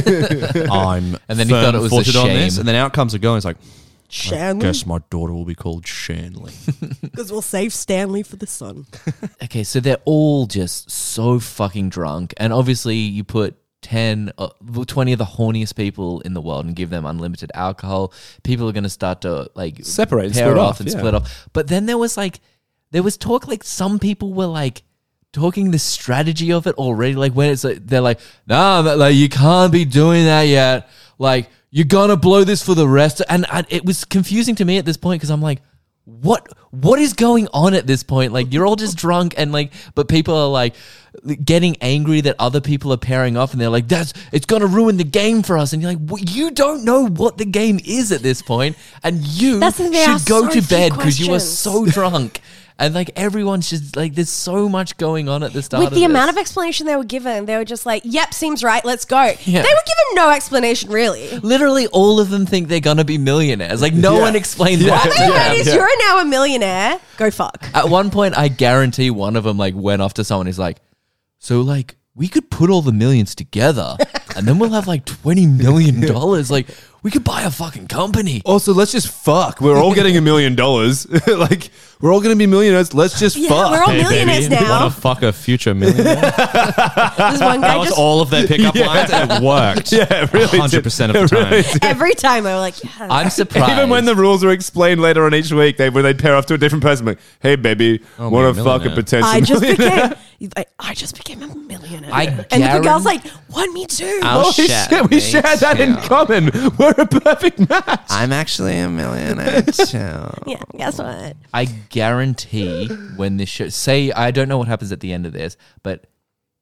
I'm And then he thought it was a firm-footed on this, shame. and then out comes a girl. He's like, Shanley "Guess my daughter will be called Shanley." because we'll save Stanley for the sun. okay, so they're all just so fucking drunk, and obviously you put. 10 uh, 20 of the horniest people in the world and give them unlimited alcohol people are going to start to like Separate and pair split off off, and yeah. split off but then there was like there was talk like some people were like talking the strategy of it already like when it's like they're like nah but, like you can't be doing that yet like you're gonna blow this for the rest and I, it was confusing to me at this point because i'm like what what is going on at this point like you're all just drunk and like but people are like getting angry that other people are pairing off and they're like that's it's gonna ruin the game for us and you're like well, you don't know what the game is at this point and you That's the thing, there are should go so to few bed because you are questions. so drunk and like everyone's just like there's so much going on at the start With the of amount of this. explanation they were given, they were just like, "Yep, seems right. Let's go." Yeah. They were given no explanation really. literally all of them think they're gonna be millionaires like no one explained that to Hey, them. ladies, you're now a millionaire. Go fuck. at one point i guarantee one of them like went off to someone who's like so like we could put all the millions together and then we'll have like 20 million dollars like we could buy a fucking company Also, let's just fuck. We're all getting a million dollars. Like, we're all going to be millionaires. Let's just Yeah, fuck. we're all millionaires now. Want to fuck a future millionaire? There's one guy That was just all of their pickup lines, and it worked. yeah, it really. did. 100% of the It really time. did. every time I were like, yeah. i'm surprised Even when the rules are explained later on each week, they when they pair off to a different person, like, "Hey, baby, Oh, want to man, fuck a millionaire. potential?" I just millionaire?" became, I, I just became a millionaire. I and the guaran- girl's like, "Want me too?" I'll Holy shit, we share that in common. We're a perfect match. I'm actually a millionaire too. yeah, guess what? I guarantee when this show say I don't know what happens at the end of this, but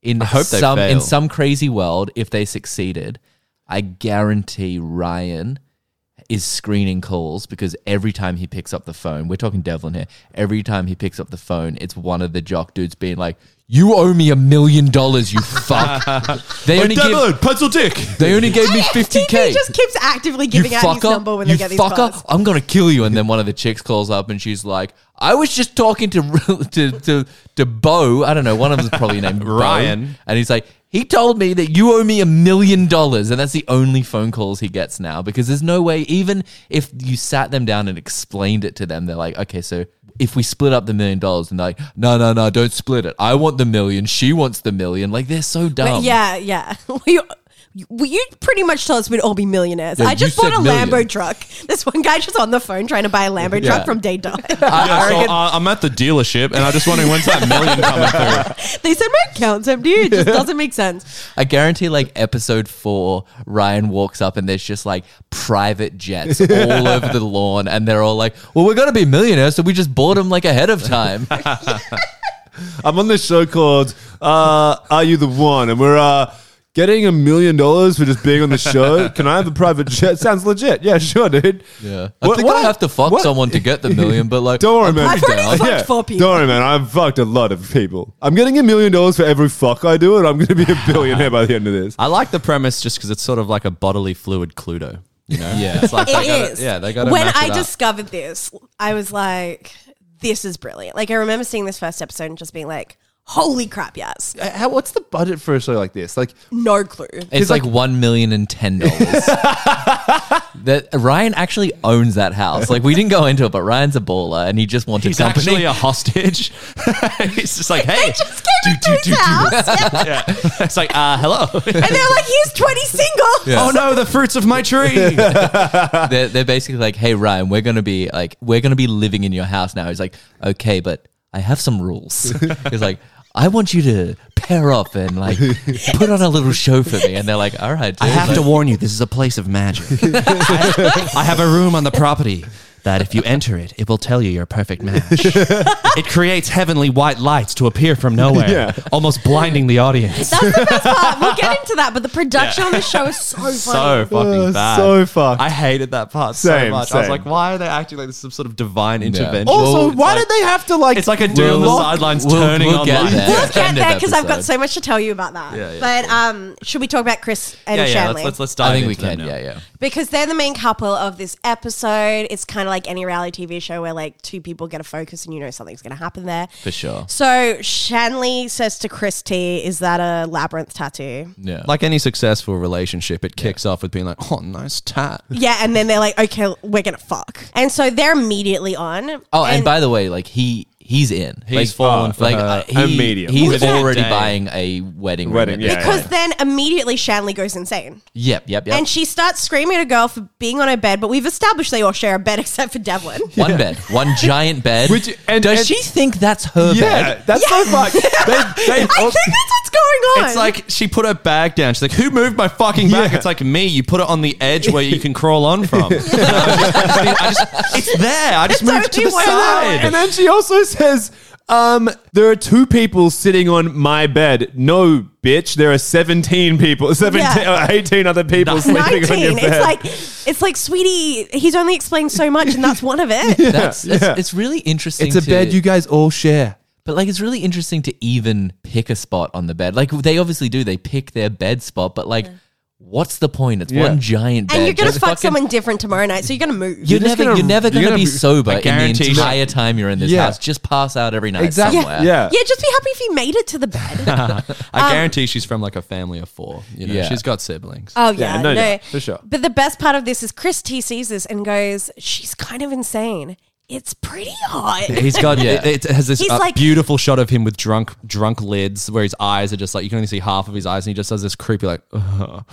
in hope they some in fail. some crazy world, if they succeeded, I guarantee Ryan is screening calls because every time he picks up the phone, we're talking Devlin here. Every time he picks up the phone, it's one of the jock dudes being like, "You owe me a million dollars, you fuck." they only give, pencil dick. they only gave me fifty k. He just keeps actively You giving out his fucker, number when you they get these fucker, calls. I'm gonna kill you. And then one of the chicks calls up and she's like, I was just talking to to to, to Bo. I don't know. One of them's probably named Bo. Ryan. and he's like, he told me that you owe me a million dollars, and that's the only phone calls he gets now because there's no way. Even if you sat them down and explained it to them, they're like, okay, so. If we split up the million dollars and they're like, no, no, no, don't split it. I want the million. She wants the million. Like, they're so But dumb. yeah, yeah. We, you- you pretty much told us we'd all be millionaires. Yeah, I just you bought said a million. Lambo truck. This one guy just on the phone trying to buy a Lambo Yeah. truck from Day Dot. I, I Yeah, so reckon- uh, I'm at the dealership, and I'm just wondering when's that million coming through. they said my account's empty. It just doesn't make sense. I guarantee, like episode four, Ryan walks up and there's just like private jets all over the lawn, and they're all like, "Well, we're gonna be millionaires, so we just bought them like ahead of time." I'm on this show called uh, "Are You the One," and we're uh, getting a million dollars for just being on the show. Can I have a private jet? Sounds legit. Yeah, sure, dude. yeah, I What- think what I have to fuck what- someone to get the million, but like, Don't worry, man. I've already fucked four people. Don't worry, man. I've fucked a lot of people. I'm getting a million dollars for every fuck I do, and I'm going to be a billionaire by the end of this. I like the premise just because it's sort of like a bodily fluid Cluedo. You know, Yeah. It's like It they is. gotta- yeah, they got to When match I it up. discovered this, I was like, "This is brilliant." Like I remember seeing this first episode and just being like, "Holy crap, yes, Uh, How, what's the budget for a show like this? Like, no clue." It's like one million and ten dollars. that Ryan actually owns that house. Like we didn't go into it, but Ryan's a baller, and he just wanted He's company. actually a hostage. He's just like, hey, They just came do, do, into do, his do. house, it's like, uh, hello. and they're like, "Here's twenty singles." Oh no, the fruits of my tree. they're, they're basically like, "Hey Ryan, we're gonna be like, we're gonna be living in your house now." He's like, "Okay, but I have some rules." He's like, "I want you to pair up and like put on a little show for me," and they're like, "All right, dude." I have Like, to warn you, this is a place of magic. I, I have a room on the property that if you enter it, it will tell you your perfect match. it creates heavenly white lights to appear from nowhere, almost blinding the audience. That's the best part. We'll get into that, but the production on the show is so funny. Uh, So fucking Oh, bad. so fucked. I hated that part so Same, much. I was same. like, why are they acting like this is some sort of divine intervention? also, It's why like- did they have to like? It's like a dude on the We'll- sidelines we'll- turning we'll on get lights. there. We'll get Extended there because I've got episode. so much to tell you about that. Yeah, yeah, but um, should we talk about Chris and Yeah, yeah. Shanley? Let's, let's let's dive I think we into them can. now. Yeah, yeah. because they're the main couple of this episode. It's kind of like any reality TV show where like two people get a focus and you know something's going to happen there. For sure. So Shanley says to Christy, "Is that a labyrinth tattoo?" Yeah. Like any successful relationship, it kicks off with being like, "Oh, nice tat." Yeah, and then they're like, "Okay, we're gonna fuck," and so they're immediately on. Oh, and, by the way, like he he's in. He's like, fallen for like her uh, he, immediately. He's Within a already day. buying a wedding. Wedding, ring at this yeah, point. because then immediately Shanley goes insane. Yep, yep, yep. And she starts screaming at a girl for being on her bed, but we've established they all share a bed except for Devlin. one bed, one giant bed. Which- and- Does and- she think that's her yeah, bed? that's so fucked. They, they, I think that's what's going on. It's like she put her bag down. She's like, "Who moved my fucking bag?" Yeah. It's like me. You put it on the edge where you can crawl on from. And I was just- I just- it's there. I just It's moved to only the one side. and then she also says, um, there are two people sitting on my bed. No, bitch, there are 17 people, 17 Yeah. or 18 other people sleeping on your 19. bed. It's like it's like, sweetie, he's only explained so much and that's one of it. That's it's, it's really interesting. It's a to- bed you guys all share. but like it's really interesting to even pick a spot on the bed. Like they obviously do. They pick their bed spot, but like, what's the point? It's Yeah. one giant bed. And you're gonna Just fuck fucking- someone different tomorrow night, so you're gonna move. You're, You're just never, gonna- you're never you're going to gonna be be- sober I in the guarantee- entire time you're in this Yeah. house. Just pass out every night Exactly. somewhere. Yeah. Yeah, just be happy if you made it to the bed. um, I guarantee she's from like a family of four. You know, Yeah. she's got siblings. oh yeah, Yeah, no no, doubt, for sure. But the best part of this is Chris T sees this and goes, She's kind of insane. It's pretty hot. He's got Yeah. it, it has this He's uh, like- beautiful shot of him with drunk drunk lids where his eyes are just like you can only see half of his eyes and he just does this creepy like "Ugh,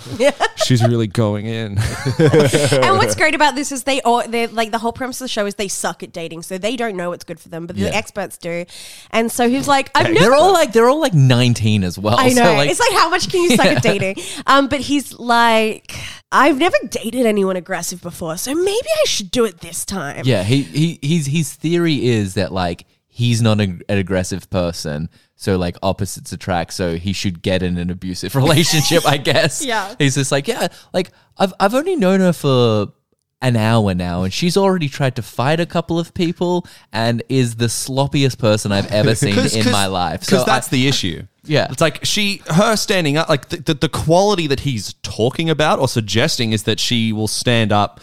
she's really going in. and what's great about this is they all they're like the whole premise of the show is they suck at dating, so they don't know what's good for them, but the Yeah. experts do. And so he's like, I've never They're all like they're all like 19 as well. I know. So like, it's like how much can you suck at dating? Um, but he's like, I've never dated anyone aggressive before, so maybe I should do it this time. Yeah, he, he he's his theory is that like he's not a, an aggressive person, so like opposites attract, so he should get in an abusive relationship, I guess. Yeah. He's just like, yeah, like I've I've only known her for an hour now and she's already tried to fight a couple of people and is the sloppiest person I've ever seen in my life. Because So that's I, the issue. Yeah. It's like she, her standing up, like the, the, the quality that he's talking about or suggesting is that she will stand up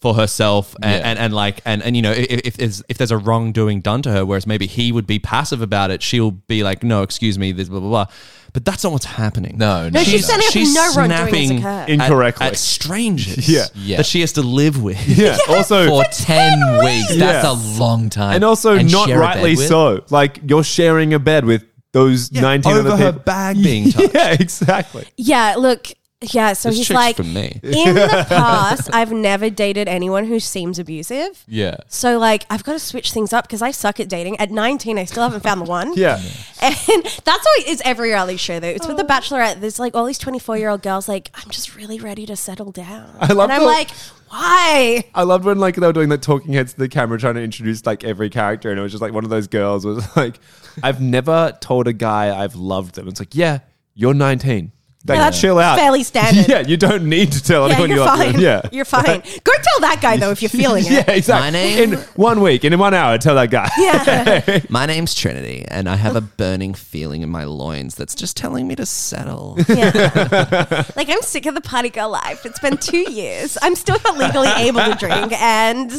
for herself and, Yeah. and, and like, and, and you know, i- if, if, there's- if there's a wrongdoing done to her, whereas maybe he would be passive about it, she'll be like, no, excuse me, this blah, blah, blah. But that's not what's happening. no, no. No, she's standing up She's and no wrongdoing has snapping occurred. in- at- Incorrectly. At, strangers Yeah. Yeah. that she has to live with. Yeah. Also, for 10 weeks. That's Yes. a long time. and also not share a bed rightly with? so. Like you're sharing a bed with those 19 over other her people. bag being touched. Yeah, exactly. Yeah, look. Yeah, so This he's chick's like, for me. in the past, I've never dated anyone who seems abusive. Yeah. So like, I've got to switch things up because I suck at dating. At 19, I still haven't found the one. Yeah. And that's how it is every reality show, though. It's with The Bachelorette. There's like all these 24 year old girls, like, I'm just really ready to settle down. I love And I'm the- like, why? I loved when like they were doing the talking heads to the camera trying to introduce like every character and it was just like one of those girls was like, I've never told a guy I've loved them. It's like, yeah, you're 19. Like, Yeah, that's chill out. fairly standard. Yeah, you don't need to tell Yeah, anyone you're you love fine. them. Yeah. You're fine. Go tell that guy, though, if you're feeling yeah, it. exactly. My name- In one week, and in one hour, tell that guy. Yeah. My name's Trinity, and I have a burning feeling in my loins that's just telling me to settle. Yeah. like, I'm sick of the party girl life. It's been two years. I'm still not legally able to drink. And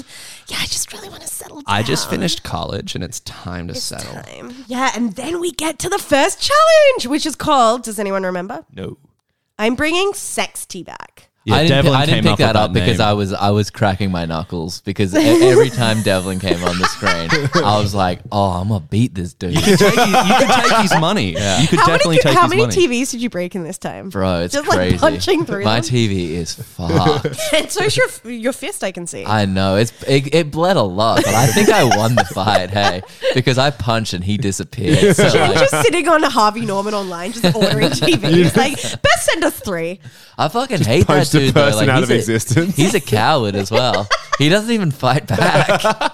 yeah, I just really want to settle down. I just finished college, and it's time to settle. Time. Yeah, and then we get to the first challenge, which is called, does anyone remember? No. I'm bringing sex tea back. Yeah, I didn't, Devlin pi- I didn't came pick up with that up that because name. I was I was cracking my knuckles because e- every time Devlin came on the screen, I was like, "Oh, I'm gonna beat this dude, Take- you could take his money. You could How definitely many, take how his many money. TVs did you break in this time, bro! It's Just crazy. like punching through my them. TV is fucked. and so's your your fist. I can see. I know it's it, it bled a lot, but I think I won the fight. Hey, because I punched and he disappeared. So I'm like, just sitting on a Harvey Norman online, just ordering TVs. like, best send us three. I fucking hate that post the dude, though, person like, out he's of a- existence. He's a coward as well. He doesn't even fight back. yeah,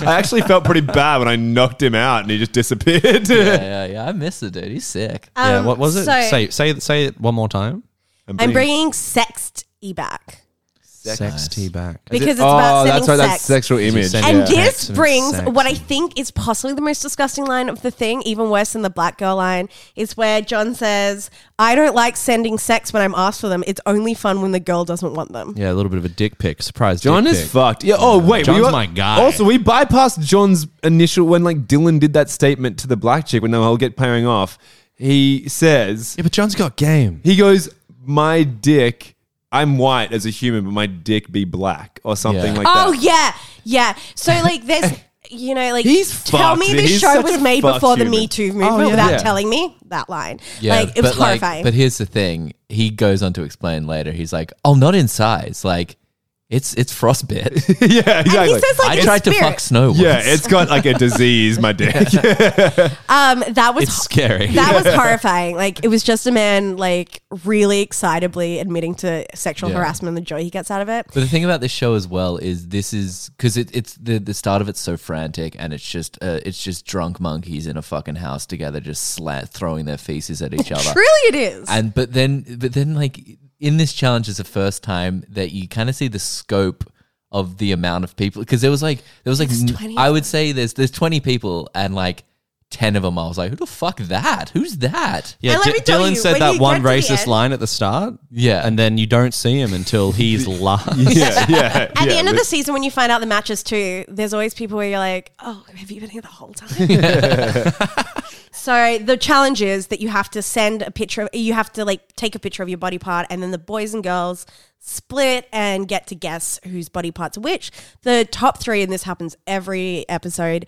I actually felt pretty bad when I knocked him out and he just disappeared. yeah, yeah. I miss the dude. He's sick. yeah, Um, what was it? so say say say it one more time. I'm bringing sexed e back Sex Nice. tea back. because it's Oh, about sending sex. sexual image. sending- and Yeah. this Sex and brings sex what I and- think is possibly the most disgusting line of the thing, even worse than the black girl line, is where John says, I don't like sending sex when I'm asked for them. It's only fun when the girl doesn't want them. Yeah, a little bit of a dick pic. Surprise. John dick is pic. fucked. Yeah. Oh wait, John's were- my guy. Also, we bypassed John's initial when like Dylan did that statement to the black chick when they will get pairing off. He says Yeah, but John's got game. he goes, "My dick. I'm white as a human, but my dick be black or something Yeah. like Oh that." yeah, yeah. So like, there's you know like He's tell fucked, me dude. this He's show such was a made fucked before the human. Me Too movement without telling me that line. like it was but, like, horrifying. but here's the thing. He goes on to explain later. He's like, "Oh, not in size. Like, it's it's frostbite. yeah, exactly. and he says like I in tried to spirit. fuck Snow once. yeah, it's got like a disease. My dick. Um, that was It's scary. that was horrifying. Like it was just a man like really excitably admitting to sexual Yeah. harassment and the joy he gets out of it. But the thing about this show as well is this is because it, it's the the start of it's so frantic and it's just uh, it's just drunk monkeys in a fucking house together just slat throwing their feces at each other. Truly, it is. And but then but then like in this challenge is the first time that you kind of see the scope of the amount of people because there was like there was like n- 20 I would say there's there's 20 people and like 10 of them I was like who the fuck that who's that Yeah, And let D- me tell Dylan you, said when that you get one to the racist end- line at the start. Yeah. and then you don't see him until he's last. yeah, yeah. At the end of the season, when you find out the matches too, there's always people where you're like, "Oh, have you been here the whole time?" so the challenge is that you have to send a picture. Of, you have to like take a picture of your body part, and then the boys and girls split and get to guess whose body parts which. The top three, and this happens every episode,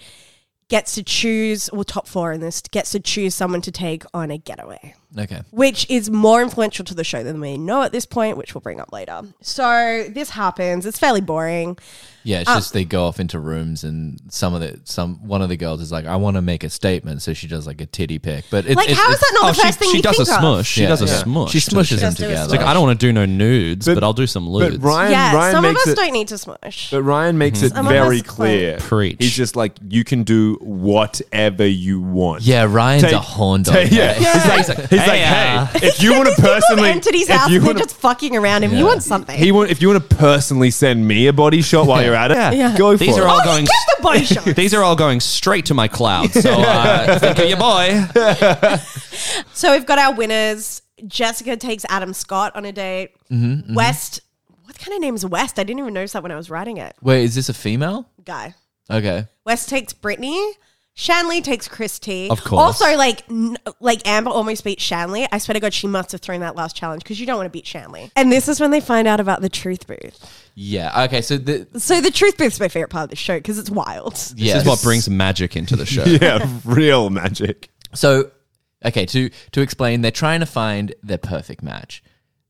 gets to choose, or top four in this gets to choose someone to take on a getaway okay which is more influential to the show than we know at this point, which we'll bring up later. So this happens. It's fairly boring. Yeah, Ah. it's just they go off into rooms and some of the some one of the girls is like, I want to make a statement, so she does like a titty pic. But it's, Like, it's, how is it's- that not the first Oh, she, thing she you does a think of? smush. She Yeah, does a yeah. smush. She to the smushes them chick. Just do a together. smush. It's like I don't want to do no nudes, but, I'll do some But lewds. Ryan, yeah, Ryan some of makes us it, don't need to smush. But Ryan makes it Some of very us clear. Preach. He's just like, you can do whatever you want. yeah, Ryan's Take- a horn dog. Take- yeah. right? He's like, he's like, hey, uh, if you want to People personally, at entity's if house, you and they're want to, just fucking around him. You want something? he want, if you want to personally send me a body shot while you're at it, Yeah. go These for are it. all oh, going. he gets the body shot. These are all going straight to my cloud. So uh, think of your boy. So we've got our winners. Jessica takes Adam Scott on a date. West. What kind of name is West? I didn't even notice that when I was writing it. Wait, is this a female? Guy. Okay. West takes Brittany. Shanley takes Christy. Of course. Also, like, n- like Amber almost beat Shanley. I swear to God, she must have thrown that last challenge because you don't want to beat Shanley. And this is when they find out about the truth booth. Yeah. Okay. So the So the truth booth's my favorite part of the show because it's wild. yeah. This is what brings magic into the show. Yeah, real magic. So okay, to to explain, they're trying to find their perfect match.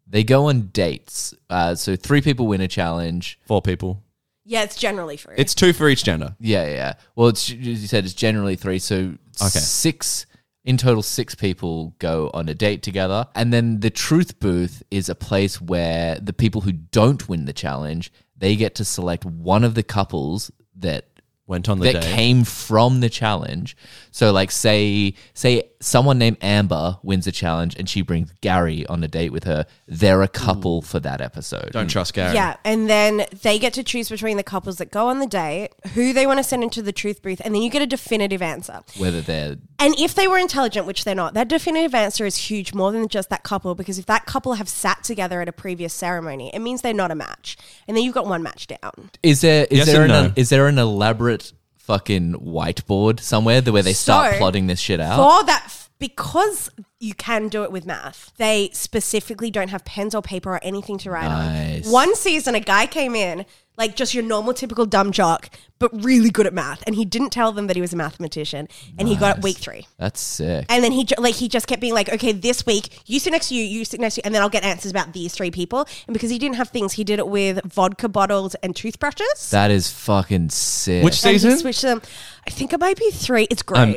They go on dates. Uh, so three people win a challenge. Four people. Yeah, it's generally free. It's two for each gender. Yeah, yeah, yeah. Well, it's as you said, it's generally three. So six in total, six people go on a date together, and then the truth booth is a place where the people who don't win the challenge they get to select one of the couples that Went on the that day. came from the challenge. So, like, say say someone named Amber wins a challenge, and she brings Gary on a date with her. They're a couple for that episode. Don't trust Gary. yeah, and then they get to choose between the couples that go on the date, who they want to send into the truth booth, and then you get a definitive answer. whether they're And if they were intelligent, which they're not, that definitive answer is huge more than just that couple because if that couple have sat together at a previous ceremony, it means they're not a match. And then you've got one match down. Is there is Yes there an and no. is there an elaborate fucking whiteboard somewhere that where they start So, plotting this shit out? For that, f- because you can do it with math, they specifically don't have pens or paper or anything to write Nice. on. One season, a guy came in, like just your normal, typical dumb jock, but really good at math. And he didn't tell them that he was a mathematician. And he got it week three. That's sick. And then he ju- like he just kept being like, okay, this week you sit next to you, you sit next to you, and then I'll get answers about these three people. And because he didn't have things, he did it with vodka bottles and toothbrushes. That is fucking sick. Which and he season? Um, switched them. I think it might be three. It's great. I'm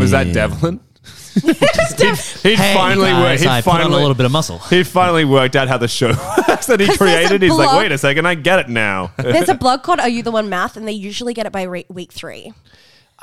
Was that Devlin? He'd finally worked. He I put on a finally little bit of muscle. He finally worked out how the show works that he 'Cause there's a created. He's like, blog- wait a second, I get it now. There's a blog called Are You the One Math, and they usually get it by re- week three.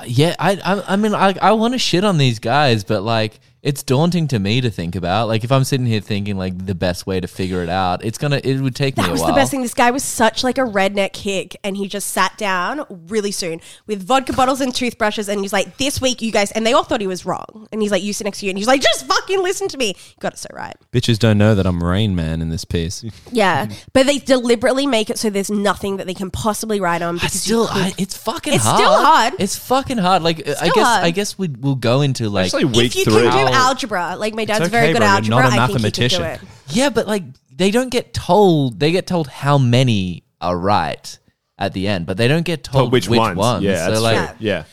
Yeah, I I, I mean I I want to shit on these guys, but like it's daunting to me to think about. Like if I'm sitting here thinking like the best way to figure it out, it's gonna it would take me That a was while. the best thing. This guy was such like a redneck hick, and he just sat down really soon with vodka bottles and toothbrushes, and he's like, "This week, you guys," and they all thought he was wrong. And he's like, "You sit next to you," and he's like, "Just fucking listen to me." He got it so right. Bitches don't know that I'm Rain Man in this piece. Yeah, Mm-hmm. but they deliberately make it so there's nothing that they can possibly write on. I Because still, I, it's fucking It's hard. still hard. It's fucking hard. Like I Still guess, hard. I guess we we'll go into like, Actually, week if you three. can do algebra, like my dad's okay, very good bro, at you're algebra, not a I think he could do mathematician. it. yeah, but like they don't get told. They get told how many are right at the end, but they don't get told But which, ones? Yeah, so that's like, true. Yeah.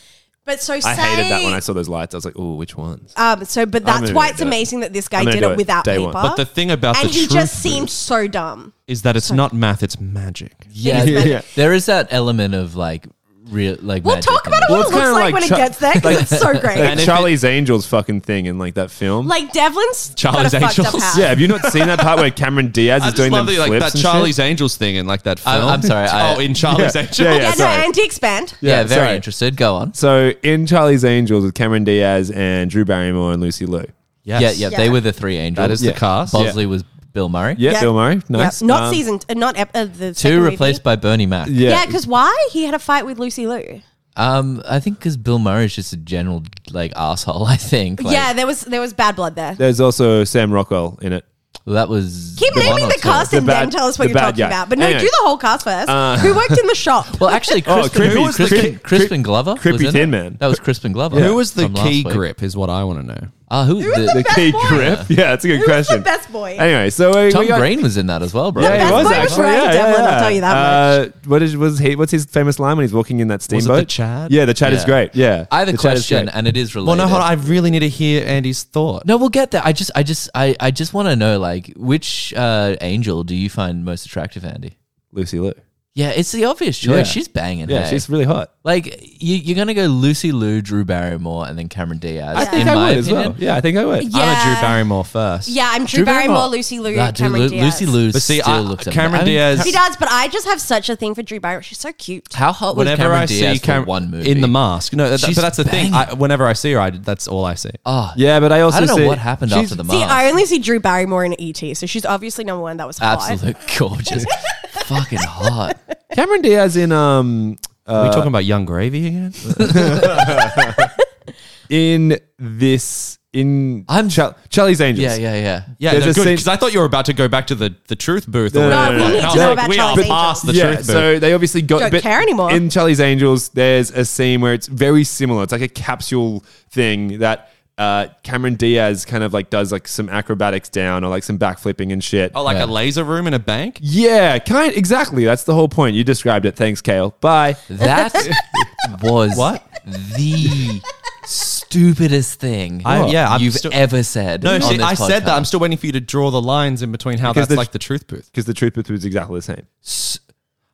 But so say, I hated that when I saw those lights. I was like, oh, which ones? Um, so, but that's gonna why do it's it. amazing that this guy I'm gonna did do it it without day paper. one. But the thing about and the he truth just seemed is, so dumb. is that it's not math, it's magic. yeah, Yeah. there- there is that element of like real like. We'll magic talk in about it it. Well, what it it's looks kinda like, like when Chuck- it gets there. 'cause it's so great. Like Charlie's Angels fucking thing in like that film. like Devlin's Charlie's got a fucked up Angels. house. yeah, have you not seen that part where Cameron Diaz is doing them the, flips like that and Charlie's Angels thing in like that film. I- I'm sorry, I- oh, in Charlie's Yeah. Angels. Yeah, Yeah, no, sorry. and to expand. Yeah, Yeah, very sorry. interested. Go on. Shit? So in Charlie's Angels with Cameron Diaz and Drew Barrymore and Lucy Liu. Yeah, Yes. yeah, Yeah. they were the three angels. That is the cast. Bosley was Bill Murray. Yeah, Yeah. Bill Murray. Nice. Yeah, not Um, season, uh, not ep- uh, the Two replaced by Bernie Mac. Yeah, because why? He had a fight with Lucy Liu. Um, I think because Bill Murray's just a general like asshole. I think. Like, yeah, there was there was bad blood there. There's also Sam Rockwell in it. that was. Keep one naming or the two. cast The and bad- then tell us what the you're bad talking guy. about. But no, Anyway. do the whole cast first. Who worked in the shop? Uh, Well, actually, Crispin, Crispy- who was the Crispy- ki- Crispin Glover? Crispy was in Thin it? Man. That was Crispin Glover. Who was the from last key week. grip? Is what I want to know. Ah, who? was the- the best Key boy? grip. Yeah, that's a good Who was question. the best boy? Anyway, so uh, Tom we got, Green was in that as well, bro. Yeah, Best he was boy was actually. Ryan yeah, Devlin, yeah, I'll tell you that yeah. Uh, what is was he? What's his famous line when he's walking in that it the steamboat? Chad? Yeah, the Chad is Yeah. great. Yeah, I have a The Chad is question, great. and it is related. Well, no, hold on. I really need to hear Andy's thought. No, we'll get there. I just, I just, I, I just want to know, like, which uh, angel do you find most attractive, Andy? Lucy Liu. Yeah, it's the obvious choice. Yeah. She's banging. Yeah, hey. she's really hot. Like you, you're gonna go Lucy Lou, Drew Barrymore, and then Cameron Diaz. I think in I my would as opinion, well. Yeah, I think I would. I'm a Drew Yeah. Barrymore first. Yeah, I'm Drew, Barrymore, Lucy Liu, Nah, dude, Cameron Lu- Diaz. Lucy Lou But see, still I- looks. Cameron amazing. Diaz- She does, but I just have such a thing for Drew Barrymore. She's so cute. How hot was Whenever Cameron I Diaz see for Cam- one movie in the mask, no, that, She's but that's the thing. banging. I, whenever I see her, I, that's all I see. Oh, Yeah, but I also I don't know see- what happened she's- after the See, mask. I only see Drew Barrymore in ET, so she's obviously number one. That was hot. Absolute gorgeous, fucking hot. Cameron Diaz in um Are we talking about Young Gravy again? in this in I'm- Char- Charlie's Angels. Yeah, yeah, yeah. Yeah, There's no, a good scene- because I thought you were about to go back to the, the truth booth. or No, no, whatever. no, no, no. And I We need to was know like, about we are Charlie's past the Angels. truth booth. so they obviously got Don't but care anymore. In Charlie's Angels, there's a scene where it's very similar. It's like a capsule thing that uh, Cameron Diaz kind of like does like some acrobatics down or like some backflipping and shit. oh, like Yeah. a laser room in a bank. Yeah, kind exactly. That's the whole point. You described it. Thanks, Kale. Bye. That was What? the stupidest thing. I- yeah, I'm you've still- ever said. No, on see, this I said that. podcast. I'm still waiting for you to draw the lines in between how Because that's the- like the truth booth. Because the truth was exactly the same.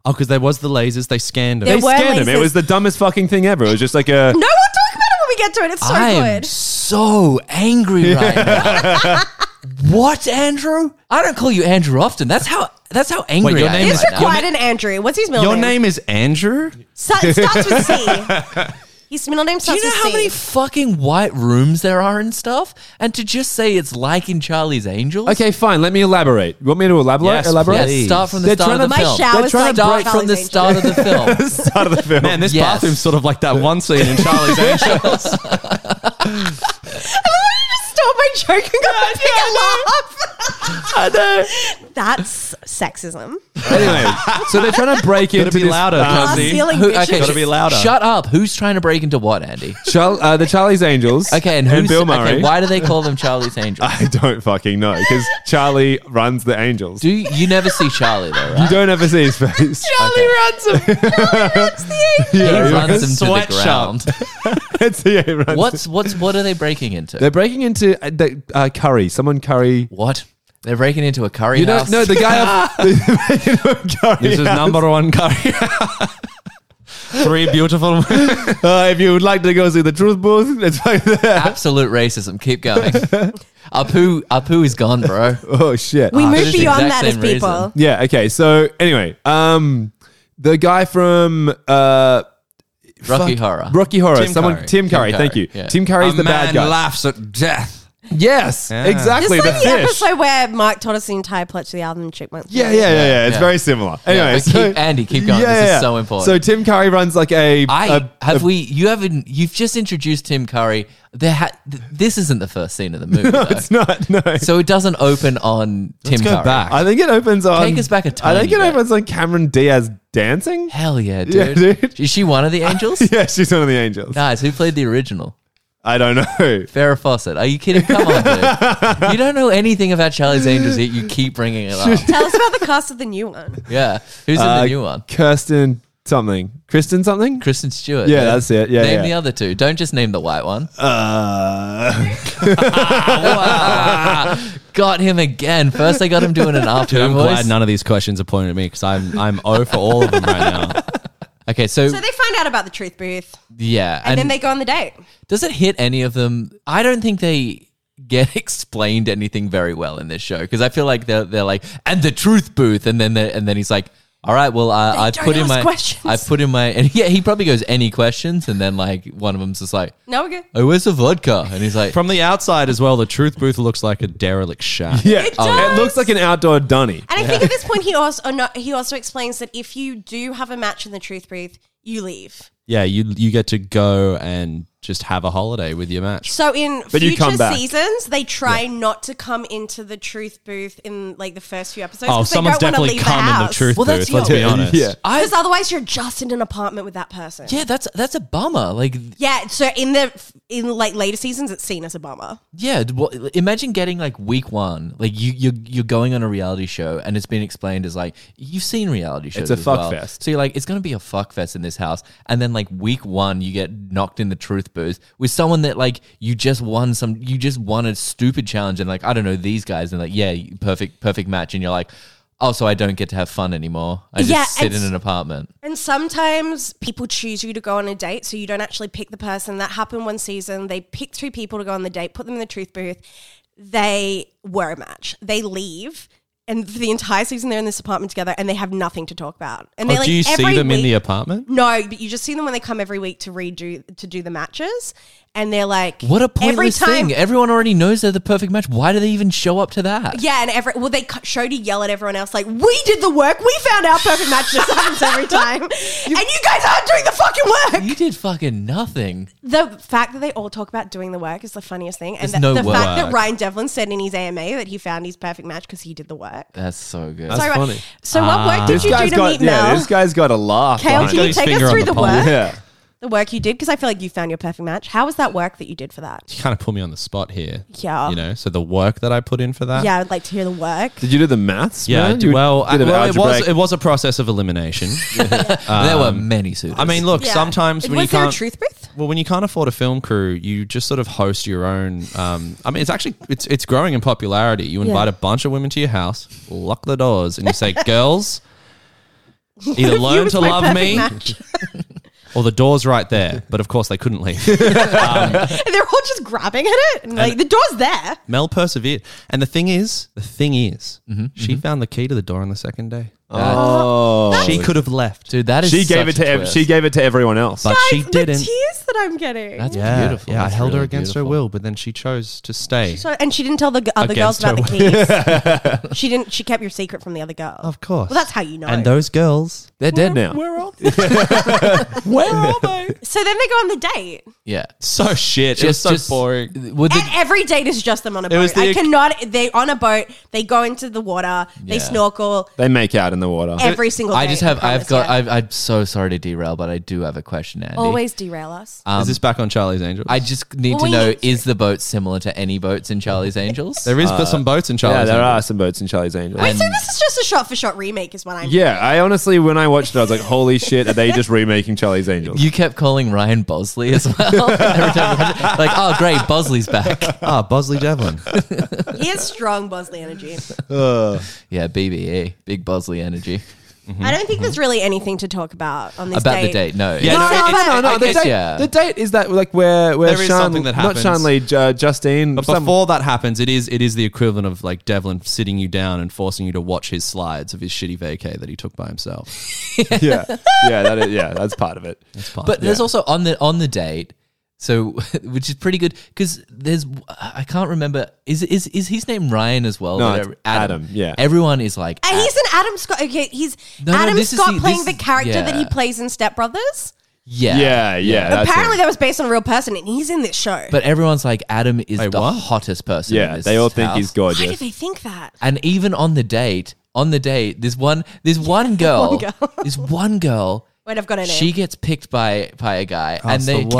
Oh, because there was the lasers. They scanned them. There They were scanned him. It lasers. was the dumbest fucking thing ever. It was just like a No, we'll talk about it when we get to it. It's so I am good. so angry right now. what, Andrew? I don't call you Andrew often. That's how. That's how angry your I name am. is- right Mr. now. Quiet and Andrew. What's his middle Your name? name is Andrew. Su- starts with C. His middle name Do starts you know with how C. many fucking white rooms there are and stuff? And to just say it's like in Charlie's Angels. Okay, fine. Let me elaborate. You want me to elaborate? Yes, elaborate? Let's please. start from the They're start of the trying My film. shower's They're trying like to start Charlie's from the Angels. start of the film. Start of the film. Man, this Yes. bathroom's sort of like that one scene in Charlie's Angels. Stole my joke and got a big laugh. I know. That's sexism. anyway, so they're trying to break into Gotta be this, louder, um, Glass Chelsea. ceiling Who- bitches. Gotta be louder. Shut up. Who's trying to break into what, Andy? Char- uh, the Charlie's Angels. Okay, and who's Bill Murray. Okay, why do they call them Charlie's Angels? I don't fucking know because Charlie runs the Angels. Do you, you never see Charlie though, right? you don't ever see his face. Charlie runs him. Charlie runs the He angel. Yeah, runs them to the sweatshop. ground. It's- yeah, he runs. What's what's what are they breaking into? They're breaking into uh, the, uh, curry. Someone curry. What? They're breaking into a curry You house. don't know the guy. off, they're breaking into a curry This is house. number one curry. Three beautiful. Uh, if you would like to go see the truth booth, it's like that. Absolute racism. Keep going. Apu Apu is gone, bro. Oh shit. We for move Ah, the beyond exact that as same people. reason. Yeah. Okay. So anyway, um, the guy from uh, Rocky fuck- Horror. Rocky Horror. Tim Someone, Curry. Tim Curry. Tim Thank Curry, you. yeah. Tim Curry's a the man bad guy. laughs at death. yes. Yeah. Just Exactly. like the the, fish. episode where Mark taught us the entire pledge to the album Chipmunk. Yeah, yeah, yeah, yeah. It's yeah. very similar. Anyway, but so- keep- Andy, keep going. This is so important. So Tim Curry runs like a. I a- have we you haven't you've just introduced Tim Curry. There ha, th- this isn't the first scene of the movie. though. it's not no. So it doesn't open on Tim go Curry. back. I think it opens on. Take us back a I think it tiny bit. opens on Cameron Diaz dancing. Hell yeah, dude. Yeah, dude. Is she one of the angels? Yeah, she's one of the angels. Guys, who played the original? I don't know. Farrah Fawcett. Are you kidding? Come on, dude. You don't know anything about Charlie's Angels yet. You keep bringing it up. Tell us about the cast of the new one. Yeah. Who's in Uh, the new one? Kirsten something. Kristen something. Kristen Stewart. Yeah, that's it. Yeah, Name yeah. the other two. Don't just name the white one. Uh, Got him again. First, they got him doing an Dude, afternoon I'm voice. glad none of these questions are pointed at me because I'm I'm O for all of them right now. Okay, so, So they find out about the truth booth, yeah, and, then they go on the date. does it hit any of them? I don't think they get explained anything very well in this show because I feel like they're they're like and the truth booth, and then they're- and then he's like. All right. Well, uh, They I've don't put in ask my. questions. I've put in my. And yeah, he probably goes any questions, and then like one of them's just like, No, we're good. "Oh, where's the vodka?" And he's like, From the outside as well, the truth booth looks like a derelict shack. yeah, It does. it looks like an outdoor dunny. And I think at this point he also or not, he also explains that if you do have a match in the truth booth, you leave. Yeah, you you get to go and just have a holiday with your match. So in But you come future back. seasons, they try not to come into the truth booth in like the first few episodes. Oh, 'cause they someone's don't wanna definitely leave come in the house. truth Well, that's booth. Let's you. be honest. Yeah. "I." Because otherwise, you're just in an apartment with that person. Yeah, that's that's a bummer. Like, Yeah, so in the in like later seasons, it's seen as a bummer. Yeah, d- well, imagine getting like week one, like you you you're going on a reality show, and it's been explained as like you've seen reality shows. a as well. fuckfest. So you're like, it's gonna be a fuck fest in this house, and then like week one, you get knocked in the truth booth with someone that like you just won some, you just won a stupid challenge, and like I don't know these guys, and like yeah, perfect perfect match, and you're like, oh, so I don't get to have fun anymore. I just Yeah, sit in it's- an apartment. And sometimes people choose you to go on a date, so you don't actually pick the person. That happened one season. They picked three people to go on the date, put them in the truth booth. They were a match. They leave, and for the entire season, they're in this apartment together, and they have nothing to talk about. And they Oh, do you see them in the apartment? no, but you just see them when they come every week to redo to do the matches, and they're like, What a every pointless time, thing! Everyone already knows they're the perfect match. Why do they even show up to that? Yeah, and every well, they cu- showed you yell at everyone else like, "We did the work. We found our perfect match. This happens every time, and you guys aren't doing the fucking work." You did fucking nothing. The fact that they all talk about doing the work is the funniest thing, There's and the, no the fact that work. Ryan Devlin said in his AMA that he found his perfect match because he did the work. That's so good. Sorry, Ryan. funny. So, what work did This you do guy's to got meet yeah. Mel? This guy's got a laugh. Kale, behind can got you his take us finger on through the the, pulse. work? it. Yeah. The work you did because I feel like you found your perfect match. How was that work that you did for that? You kind of put me on the spot here. Yeah. You know, so the work that I put in for that. Yeah, I'd like to hear the work. Did you do the maths? Yeah, I man? do- You well, I- did an well, it was algebraic- it was a process of elimination. there were many suitors. I mean, look, Yeah. sometimes when was you there can't a truth booth? Well, when you can't afford a film crew, you just sort of host your own. Um, I mean, it's actually it's it's growing in popularity. You invite a bunch of women to your house, lock the doors, and you say, "Girls, either You learn was to my love perfect me, match. or the door's right there." But of course, they couldn't leave. and they're all just grabbing at it. And like the door's there. Mel persevered, and the thing is, the thing is, Mm-hmm, she found the key to the door on the second day. Oh, she could have left, dude, that is she such gave it a to ev- twist. she gave it to everyone else. but she Guys, The didn't. tears that I'm getting. That's yeah, beautiful. yeah, I That's held her really against her beautiful. will, but then she chose to stay. so, and she didn't tell the g- other Against girls about the her keys. she didn't. She kept your secret from the other girls. of course, Well, that's how you know. and those girls They're dead now. Where are they? Where are they? so then they go on the date, Yeah, So shit. it was so boring. Would the- and every date is just them on a was boat. the- I cannot. They on a boat. They go into the water. They Yeah. snorkel They make out in the water. every single. I date, just have. I've promise, got. yeah. I've, I'm so sorry to derail, but I do have a question, Andy. always derail us. Um, Is this back on Charlie's Angels? I just need Well, to we know: need to- is the boat similar to any boats in Charlie's Angels? there is some boats in yeah, Charlie's there are Angels. some boats in Charlie's Angels. Wait, so this is just a shot for shot remake, is what I'm. yeah, I honestly, when I watched it, I was like, "Holy shit! Are they just remaking Charlie's Angels?" you kept calling Ryan Bosley as well. Every time I watch it. like, oh great, Bosley's back. Ah, Bosley Devlin. Mm-hmm. He has strong Bosley energy. Yeah, BBE, big E, Bosley energy. I don't think there's really anything to talk about on this about date. the date. No, Yeah, no, It's- it- No, no, no. I The guess, date, yeah. the date is that like where where There is Shan- something that happens. Not Sean Lee, uh, Justine. But some- before that happens, it is it is the equivalent of like Devlin sitting you down and forcing you to watch his slides of his shitty vacay that he took by himself. yeah, yeah, that is, yeah, that's part of it. It's part but of it. there's also on the on the date. So, which is pretty good because there's I can't remember is is is his name Ryan as well? No, Whatever- it's Adam, yeah. everyone is like And "Ah, Uh, he's an Adam Scott. Okay, he's No, no, Adam this is Scott the- playing this the is- character that he yeah. plays in Step Brothers. yeah Yeah, yeah. that's Apparently, it. that was based on a real person, and he's in this show. But everyone's like Adam is Wait, the what? hottest person. in yeah, this they all think house. he's Why do gorgeous. they think that? And even on the date, on the date, there's one, there's one girl, girl. there's one girl. Wait, I've got a name. She gets picked by by a guy, Oh, and That's the they worst.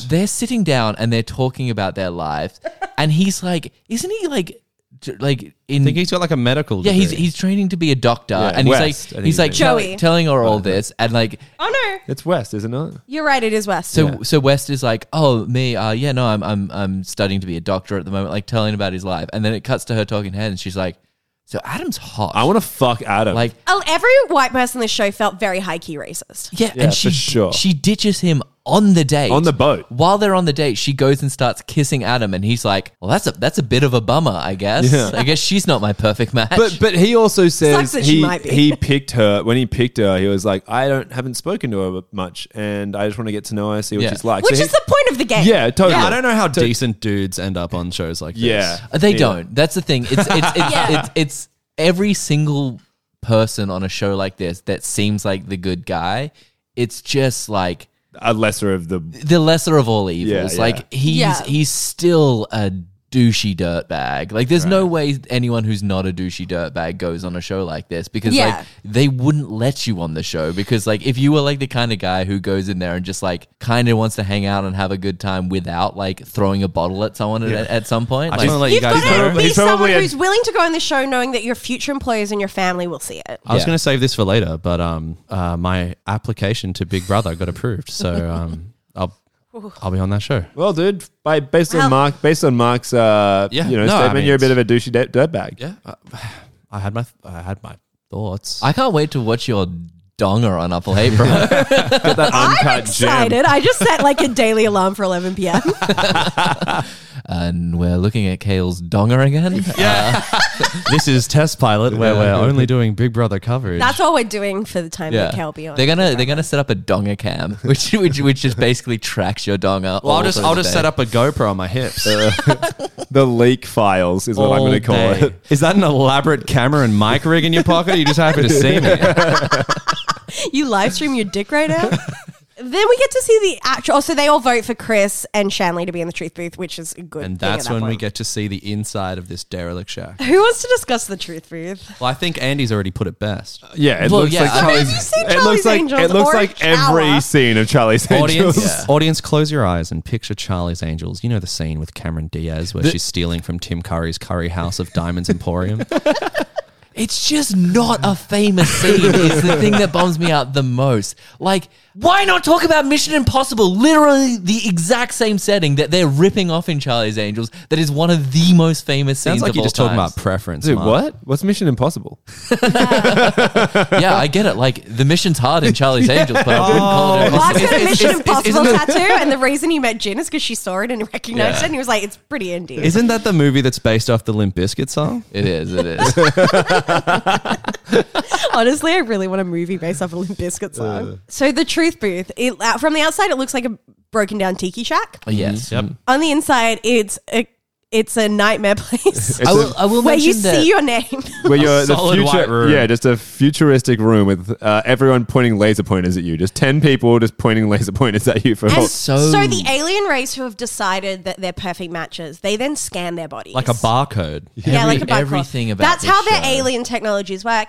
Taylor. they're sitting down and they're talking about their lives, and he's like, isn't he like, j- like in I think he's got like a medical. yeah, he's degree. he's training to be a doctor, Yeah, and West, I he's like think he's his like name is. tell- Joey. telling her all this, and like oh no, It's West, is it not? you're right. It is West. So so West is like, oh me, uh, yeah, no, I'm I'm I'm studying to be a doctor at the moment, like telling about his life, and then it cuts to her talking to her, and she's like, so Adam's hot. I want to fuck Adam. like Oh, every white person in this show felt very high key racist. yeah, Yeah, and she for sure. she ditches him on the date On the boat. While they're on the date, she goes and starts kissing Adam, and he's like, well, that's a that's a bit of a bummer, I guess. Yeah. I guess she's not my perfect match. But but he also says that she he might be. he picked her when he picked her. He was like, I don't haven't spoken to her much, and I just want to get to know her, see what Yeah. she's like. Which So is he- the point of the game. yeah, totally. I don't know how decent dudes end up on shows like this. Yeah, Uh, They Yeah. don't. That's the thing. It's it's it's, Yeah. it's it's every single person on a show like this that seems like the good guy. It's just like A lesser of the the lesser of all evils. Yeah, yeah. Like he's Yeah. he's still a douchey dirtbag. Like there's no way anyone who's not a douchey dirtbag goes on a show like this because Yeah. like they wouldn't let you on the show because like if you were like the kind of guy who goes in there and just like kind of wants to hang out and have a good time without like throwing a bottle at someone at, at some point. I like, just want to let you You've guys got know. to probably- be he's probably someone a- who's willing to go on the show knowing that your future employers and your family will see it. I was Yeah. going to save this for later, but um, uh, my application to Big Brother got approved, so um, I'll I'll be on that show. well, dude. By based Well- on Mark, based on Mark's uh, Yeah, you know no, I statement, mean, you're a bit of a douchey de- dirtbag. Yeah, I, I had my I had my thoughts. I can't wait to watch your donger on Apple Hate, bro. That I'm uncut gem. excited. I just set like a daily alarm for 11 p.m. and we're looking at Kale's donger again. Yeah. this is test pilot where we're only doing Big Brother coverage. That's all we're doing for the time yeah. that Kel be on. They're gonna they're gonna set up a donger cam, which which which just basically tracks your donger. well, I'll just I'll just set up a GoPro on my hips. The leak files is what I'm going to call All it. day. Is that an elaborate camera and mic rig in your pocket? Are you just happy to see me? You live stream your dick right now? then we get to see the actual. So they all vote for Chris and Shanley to be in the truth booth, which is a good. And thing at that's that when we point. get to see the inside of this derelict shack. Who wants to discuss the truth booth? Well, I think Andy's already put it best. Yeah, it Well, looks yeah, like I mean- Charlie's. Have you seen it looks Charlie's like Angels it looks or like Shower? every scene of Charlie's Audience, Angels. audience, close your eyes and picture Charlie's Angels. You know the scene with Cameron Diaz where she's stealing from Tim Curry's curry house of Diamonds Emporium. It's just not a famous scene. is the thing that bums me out the most. Like, why not talk about Mission Impossible? Literally the exact same setting that they're ripping off in Charlie's Angels. That is one of the most famous Sounds scenes. like of you're all just talking times. about preference. Dude, Mark. what? What's Mission Impossible? yeah, I get it. Like the mission's hard in Charlie's Angels, but I wouldn't call it. Mark's impossible. got a Mission Impossible tattoo, and the reason he met Jin is because she saw it and recognized it, and he was like, "It's pretty indie." Isn't that the movie that's based off the Limp Bizkit song? It is. It is. Honestly, I really want a movie based off a Limp Bizkit song. so the Truth Booth, it, out- from the outside, it looks like a broken down tiki shack. Yes. On the inside, it's a it's a nightmare place It's I will. a- I will where you mention that. see your name. where you're the solid future, white room. yeah, just a futuristic room with uh, everyone pointing laser pointers at you. Just ten people just pointing laser pointers at you for. And All- so- so, the alien race who have decided that they're perfect matches, they then scan their bodies Like a barcode. yeah, Every- like a barcode. everything about that's this how their show. alien technologies work,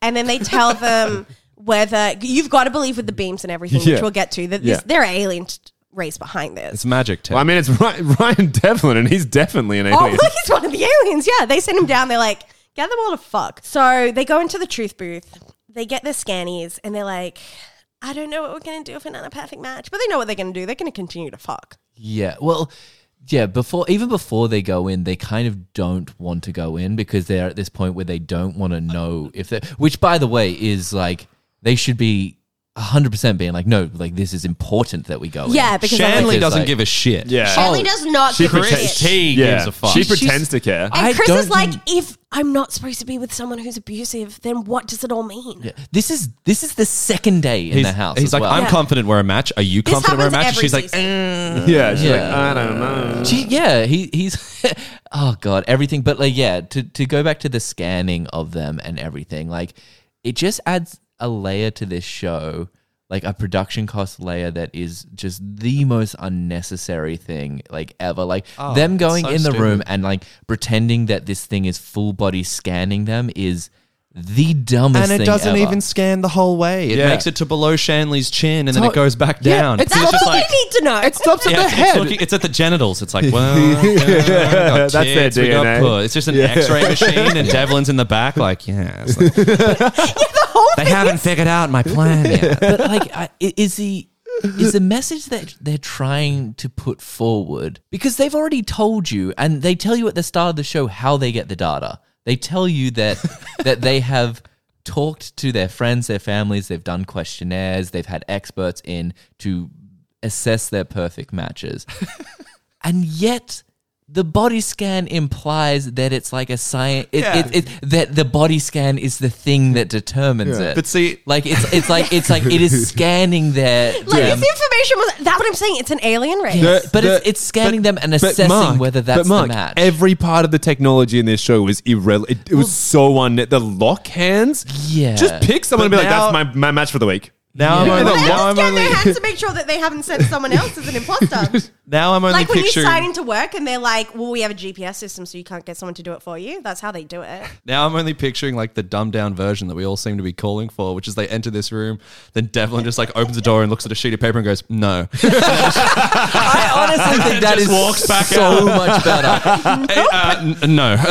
and then they tell them whether you've got to believe with the beams and everything, Yeah. which we'll get to. That Yeah. this, there are alien t- race behind this. It's magic tech. Well, I mean, it's Ry- Ryan Devlin, and he's definitely an Oh, alien. look, he's one of the aliens. Yeah, they send him down. They're like, get them all to fuck. So they go into the truth booth. They get their scannies and they're like, I don't know what we're going to do if we're not a perfect match. But they know what they're going to do. They're going to continue to fuck. Yeah. Well, yeah, before even before they go in, they kind of don't want to go in because they're at this point where they don't want to know if they which by the way is like they should be 100% being like no, like this is important that we go in. Yeah, because I'm Shanley like, Because, doesn't like- give a shit. Yeah. Shanley does not give a pretends- shit. He yeah. gives a fuck. She She's- pretends to care. I And Chris don't is like, think- if I'm not supposed to be with someone who's abusive, then what does it all mean? This is this is the second day in He's, the house. he's as like, well. I'm confident we're a match. Are you This confident we're a happens match? every And she's like, "Mm." season. yeah. She's like, Yeah. I don't know. Gee, yeah, he, he's oh god, everything. But like, yeah, to to go back to the scanning of them and everything, like it just adds a layer to this show, like a production cost layer that is just the most unnecessary thing like ever. Like Oh, them it's going so in the room stupid. and like pretending that this thing is full body scanning them is the dumbest. and it thing doesn't ever. even scan the whole way. It Yeah. makes it to below Shanley's chin, and then So- it goes back Yeah, down. it's That's just all like- we need to know. It stops at Yeah, the it's, head. It's, looking, it's at the genitals. It's like, well, That's their tits, we got DNA. puss. It's just an X-ray machine, and Devlin's in the back, like, yeah. it's like- they haven't figured out my plan yet. but like I- i- is the is the message that they're trying to put forward because they've already told you and they tell you at the start of the show how they get the data they tell you that that they have talked to their friends their families they've done questionnaires they've had experts in to assess their perfect matches and yet the body scan implies that it's like a science it, it, it, that the body scan is the thing that determines it But see- like it's it's like it's like it is scanning their Like them. if the information was that's what I'm saying. It's an alien race. The- but it's, the- it's scanning them and But assessing Mark- whether that's but Mark, the match. Every part of the technology in this show was irrelevant. It, it was so on the lock hands. Yeah. just pick someone But and be now- like, "That's my, my match for the week." Yeah. Now I'm Well, only, they now have I'm to scan only, their hands to make sure that they haven't sent someone else as an imposter. now I'm only like when picturing. you sign into work and they're like, "Well, we have a GPS system, so you can't get someone to do it for you." That's how they do it. Now I'm only picturing like the dumbed down version that we all seem to be calling for, which is they enter this room, then Devlin just like opens the door and looks at a sheet of paper and goes, "No." I honestly think that is Just walks back so much better. Eh, uh, n- no. He's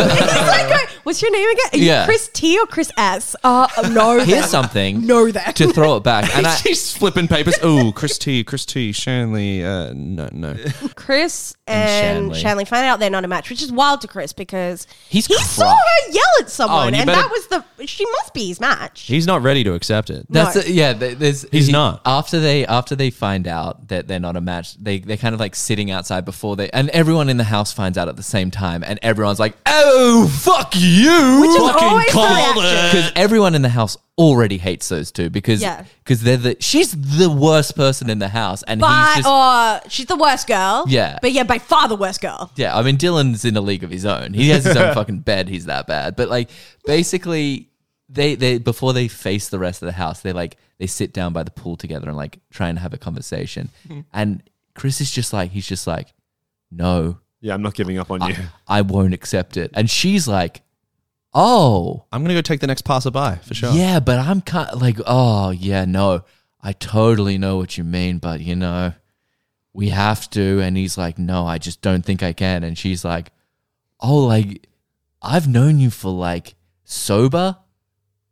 like, going, "What's your name again? Are you Yeah. Chris T or Chris S?" Uh, no. Here's something Know that. to throw it back, and I, She's flipping papers. Oh, Chris T, Chris T, Shanley. Uh, no, no. Chris and, Shanley. Shanley. find out they're not a match, which is wild to Chris because He's he saw crushed. her yell at Oh, someone, and you and better- that was the she must be his match. He's not ready to accept it. That's No. the- yeah. th- There's He's not. after they after they find out that they're not a match. They they're kind of like sitting outside before they and everyone in the house finds out at the same time, and everyone's like, "Oh fuck you!" Which is Fucking always the called reaction. because everyone in the house already hates those two because Yeah. because they're the she's the worst person in the house, and But he's just. or she's the worst girl. Yeah. But yeah, by far the worst girl. yeah, I mean Dylan's in a league of his own. He has his own fucking bed. He's that bad. But like, basically, they they before they face the rest of the house, they like they sit down by the pool together and like try and have a conversation. And Chris is just like he's just like, no, Yeah, I'm not giving up on you. I won't accept it. And she's like, oh I'm gonna go take the next passerby for sure. yeah, but I'm kind like oh yeah no, I totally know what you mean, but you know. We have to, and he's like, "No, I just don't think I can." And she's like, oh, like I've known you for like sober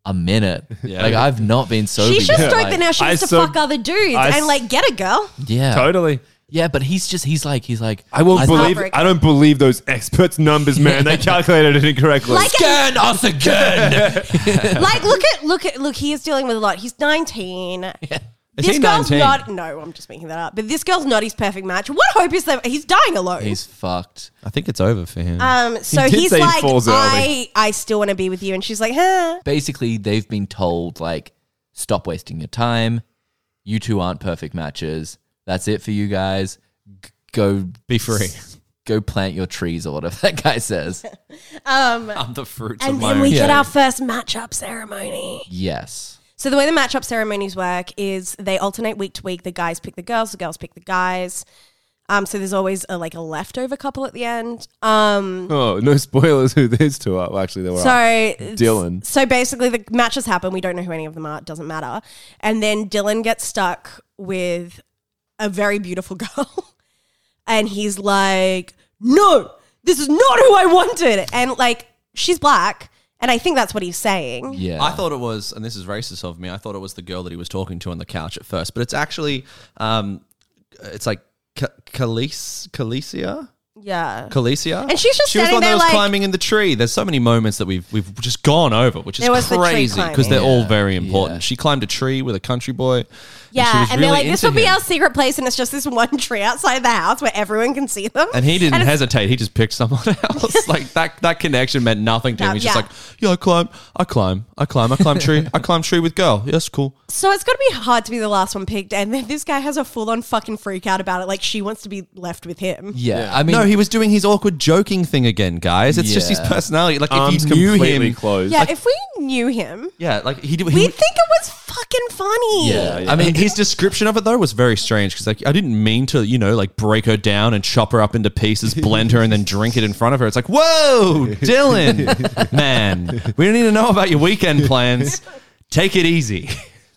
a minute. Yeah. Like I've not been sober. She should yet. stroke Like, the now she I used to so- fuck other dudes I and s- like get a girl. Yeah. Totally. Yeah, but he's just he's like he's like I won't believe. heartbreaking. I don't believe those experts' numbers, man. They calculated it incorrectly. Like scan us again. like look at look at look he is dealing with a lot. He's nineteen. Is This he girl's 19? not no, I'm just making that up. But this girl's not his perfect match. What hope is there? He's dying alone. he's fucked. I think it's over for him. um so He did he's say he like falls early. I I still want to be with you and she's like, huh. Basically, they've been told like stop wasting your time. You two aren't perfect matches. That's it for you guys. G- go Be free. Go plant your trees or whatever that guy says. I'm the fruits Um, And then we get Yeah. our first matchup ceremony. Yes. So the way the matchup ceremonies work is they alternate week to week. The guys pick the girls, the girls pick the guys. Um, so there's always a, like a leftover couple at the end. Um, oh, no spoilers. Who these two are? Well, actually, they were. so up. Dylan. Dylan. So basically, the matches happen. We don't know who any of them are. It doesn't matter. And then Dylan gets stuck with a very beautiful girl, and he's like, "No, this is not who I wanted." And like, she's black, and I think that's what he's saying. Yeah. I thought it was, and this is racist of me. I thought it was the girl that he was talking to on the couch at first, but it's actually, um, it's like K- Khalees, Khaleesia. Yeah. Khaleesi. And she's just she was the standing one there that was like- climbing in the tree. There's so many moments that we've we've just gone over, which is There was the tree crazy because they're climbing. all very important. Yeah. She climbed a tree with a country boy. she Yeah, was and they're really like, this into will be him. our secret place, and it's just this one tree outside the house where everyone can see them. And he didn't it's- hesitate. He just picked someone else. like that, that connection meant nothing to him. No, He's yeah. just like, yeah, I climb, I climb, I climb, I climb tree, I climb tree with girl. Yes, cool. So it's got to be hard to be the last one picked, and then this guy has a full on fucking freak out about it. Like she wants to be left with him. Yeah, I mean, no, he was doing his awkward joking thing again, guys. It's just his Yeah. personality. Like Arms if you knew completely him, closed. Yeah, if we knew him, yeah, like he did. we'd think it was fucking funny. yeah, I mean, his description of it though was very strange because like I didn't mean to, you know, like break her down and chop her up into pieces, blend her, and then drink it in front of her. It's like, whoa, Dylan, man, we don't need to know about your weekend plans. Take it easy.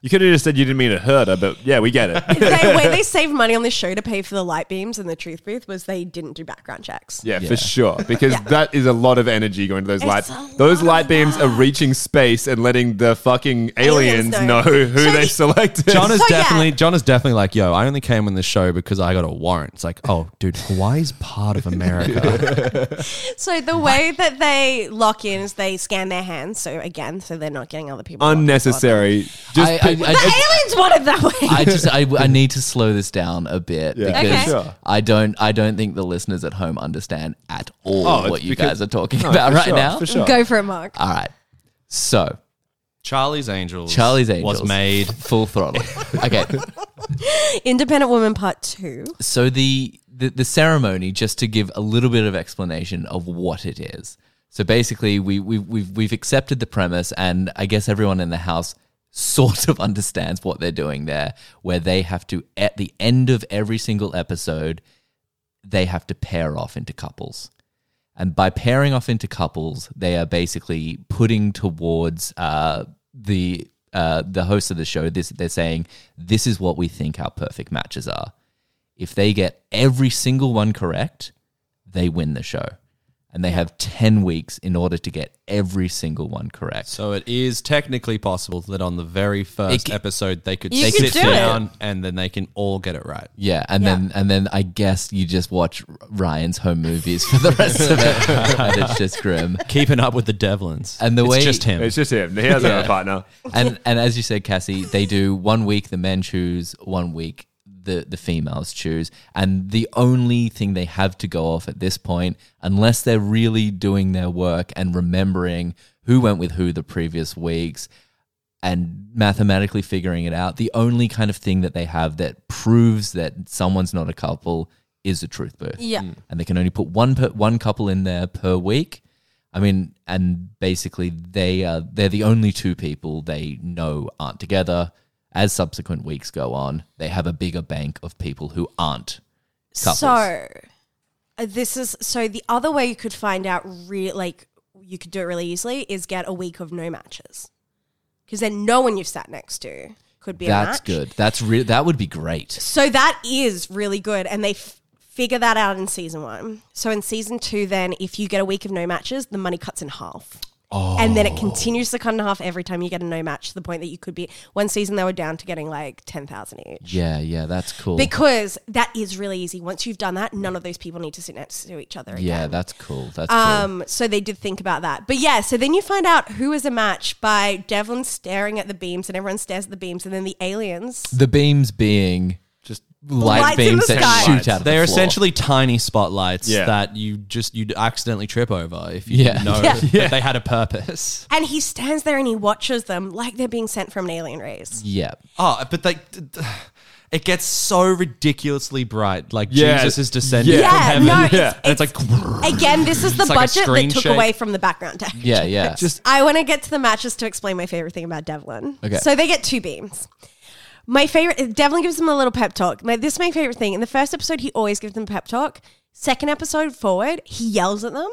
You could have just said you didn't mean to hurt her, but yeah, we get it. they, way they saved money on this show to pay for the light beams and the truth booth was they didn't do background checks. Yeah, for sure. Because that is a lot of energy going to those lights. a Those lot light of beams are reaching space and letting the fucking aliens, Aliens know know. who So they the- selected. John is So, yeah. definitely John is definitely like, yo, I only came on this show because I got a warrant. It's like, oh, dude, Hawaii's part of America. So the way that they lock in is they scan their hands. So again, so they're not getting other people. locked in. unnecessary. Just I, I, The I, aliens want it that way. I just I, I need to slow this down a bit Yeah. because Okay. Sure. I don't I don't think the listeners at home understand at all Oh, it's what you because- guys are talking No, about for right sure, now. for sure. Go for it, Mark. All right, so Charlie's Angels. Charlie's Angels was made. full throttle. okay, Independent Woman Part Two. so the, the the ceremony, just to give a little bit of explanation of what it is. So basically, we we we've we've accepted the premise, and I guess everyone in the house sort of understands what they're doing there, where they have to at the end of every single episode, they have to pair off into couples. And by pairing off into couples, they are basically putting towards uh, the uh, the host of the show. This they're saying this is what we think our perfect matches are. If they get every single one correct, they win the show, and they have ten weeks in order to get every single one correct. So it is technically possible that on the very first It c- episode they could You they could sit do it. down and then they can all get it right. yeah, and then and then I guess you just watch R- Ryan's home movies for the rest of it, and it's just grim. Keeping up with the Devlins. And the it's way- just him. It's just him. He has Yeah. a partner. and and as you said, Cassie, they do one week the men choose, one week the the females choose, and the only thing they have to go off at this point, unless they're really doing their work and remembering who went with who the previous weeks and mathematically figuring it out, the only kind of thing that they have that proves that someone's not a couple is a truth booth Yeah. and they can only put one per, one couple in there per week. I mean, and basically they are they're the only two people they know aren't together. As subsequent weeks go on, they have a bigger bank of people who aren't couples. So uh, this is so the other way you could find out really like you could do it really easily is get a week of no matches because then no one you've sat next to could be a that's match. good. That's re- that would be great. So that is really good, and they f- figure that out in season one. So in season two, then if you get a week of no matches, the money cuts in half. And Oh. then it continues to cut in half every time you get a no match to the point that you could be. One season they were down to getting like ten thousand each Yeah, yeah, that's cool. because that is really easy. Once you've done that, none of those people need to sit next to each other again. yeah, that's cool. That's Um, so they did think about that. But yeah, so then you find out who is a match by Devlin staring at the beams and everyone stares at the beams and then the aliens. cool. The beams being Just light lights in beams the that sky. shoot out of They're the floor. essentially tiny spotlights Yeah. that you just you'd accidentally trip over if you Yeah. didn't know Yeah. that they had a purpose. And he stands there and he watches them like they're being sent from an alien race. yeah. Oh, but like it gets so ridiculously bright. Like Yeah. Jesus is descending Yeah. from heaven. no, it's- and it's, like Again, this is the It's like a budget screen that took shake. away from the background tech. Yeah, yeah. Just- I want to get to the matches to explain my favorite thing about Devlin. Okay. So they get two beams. My favorite, Devlin gives them a little pep talk. My, this is my favorite thing. In the first episode, he always gives them pep talk. Second episode forward, he yells at them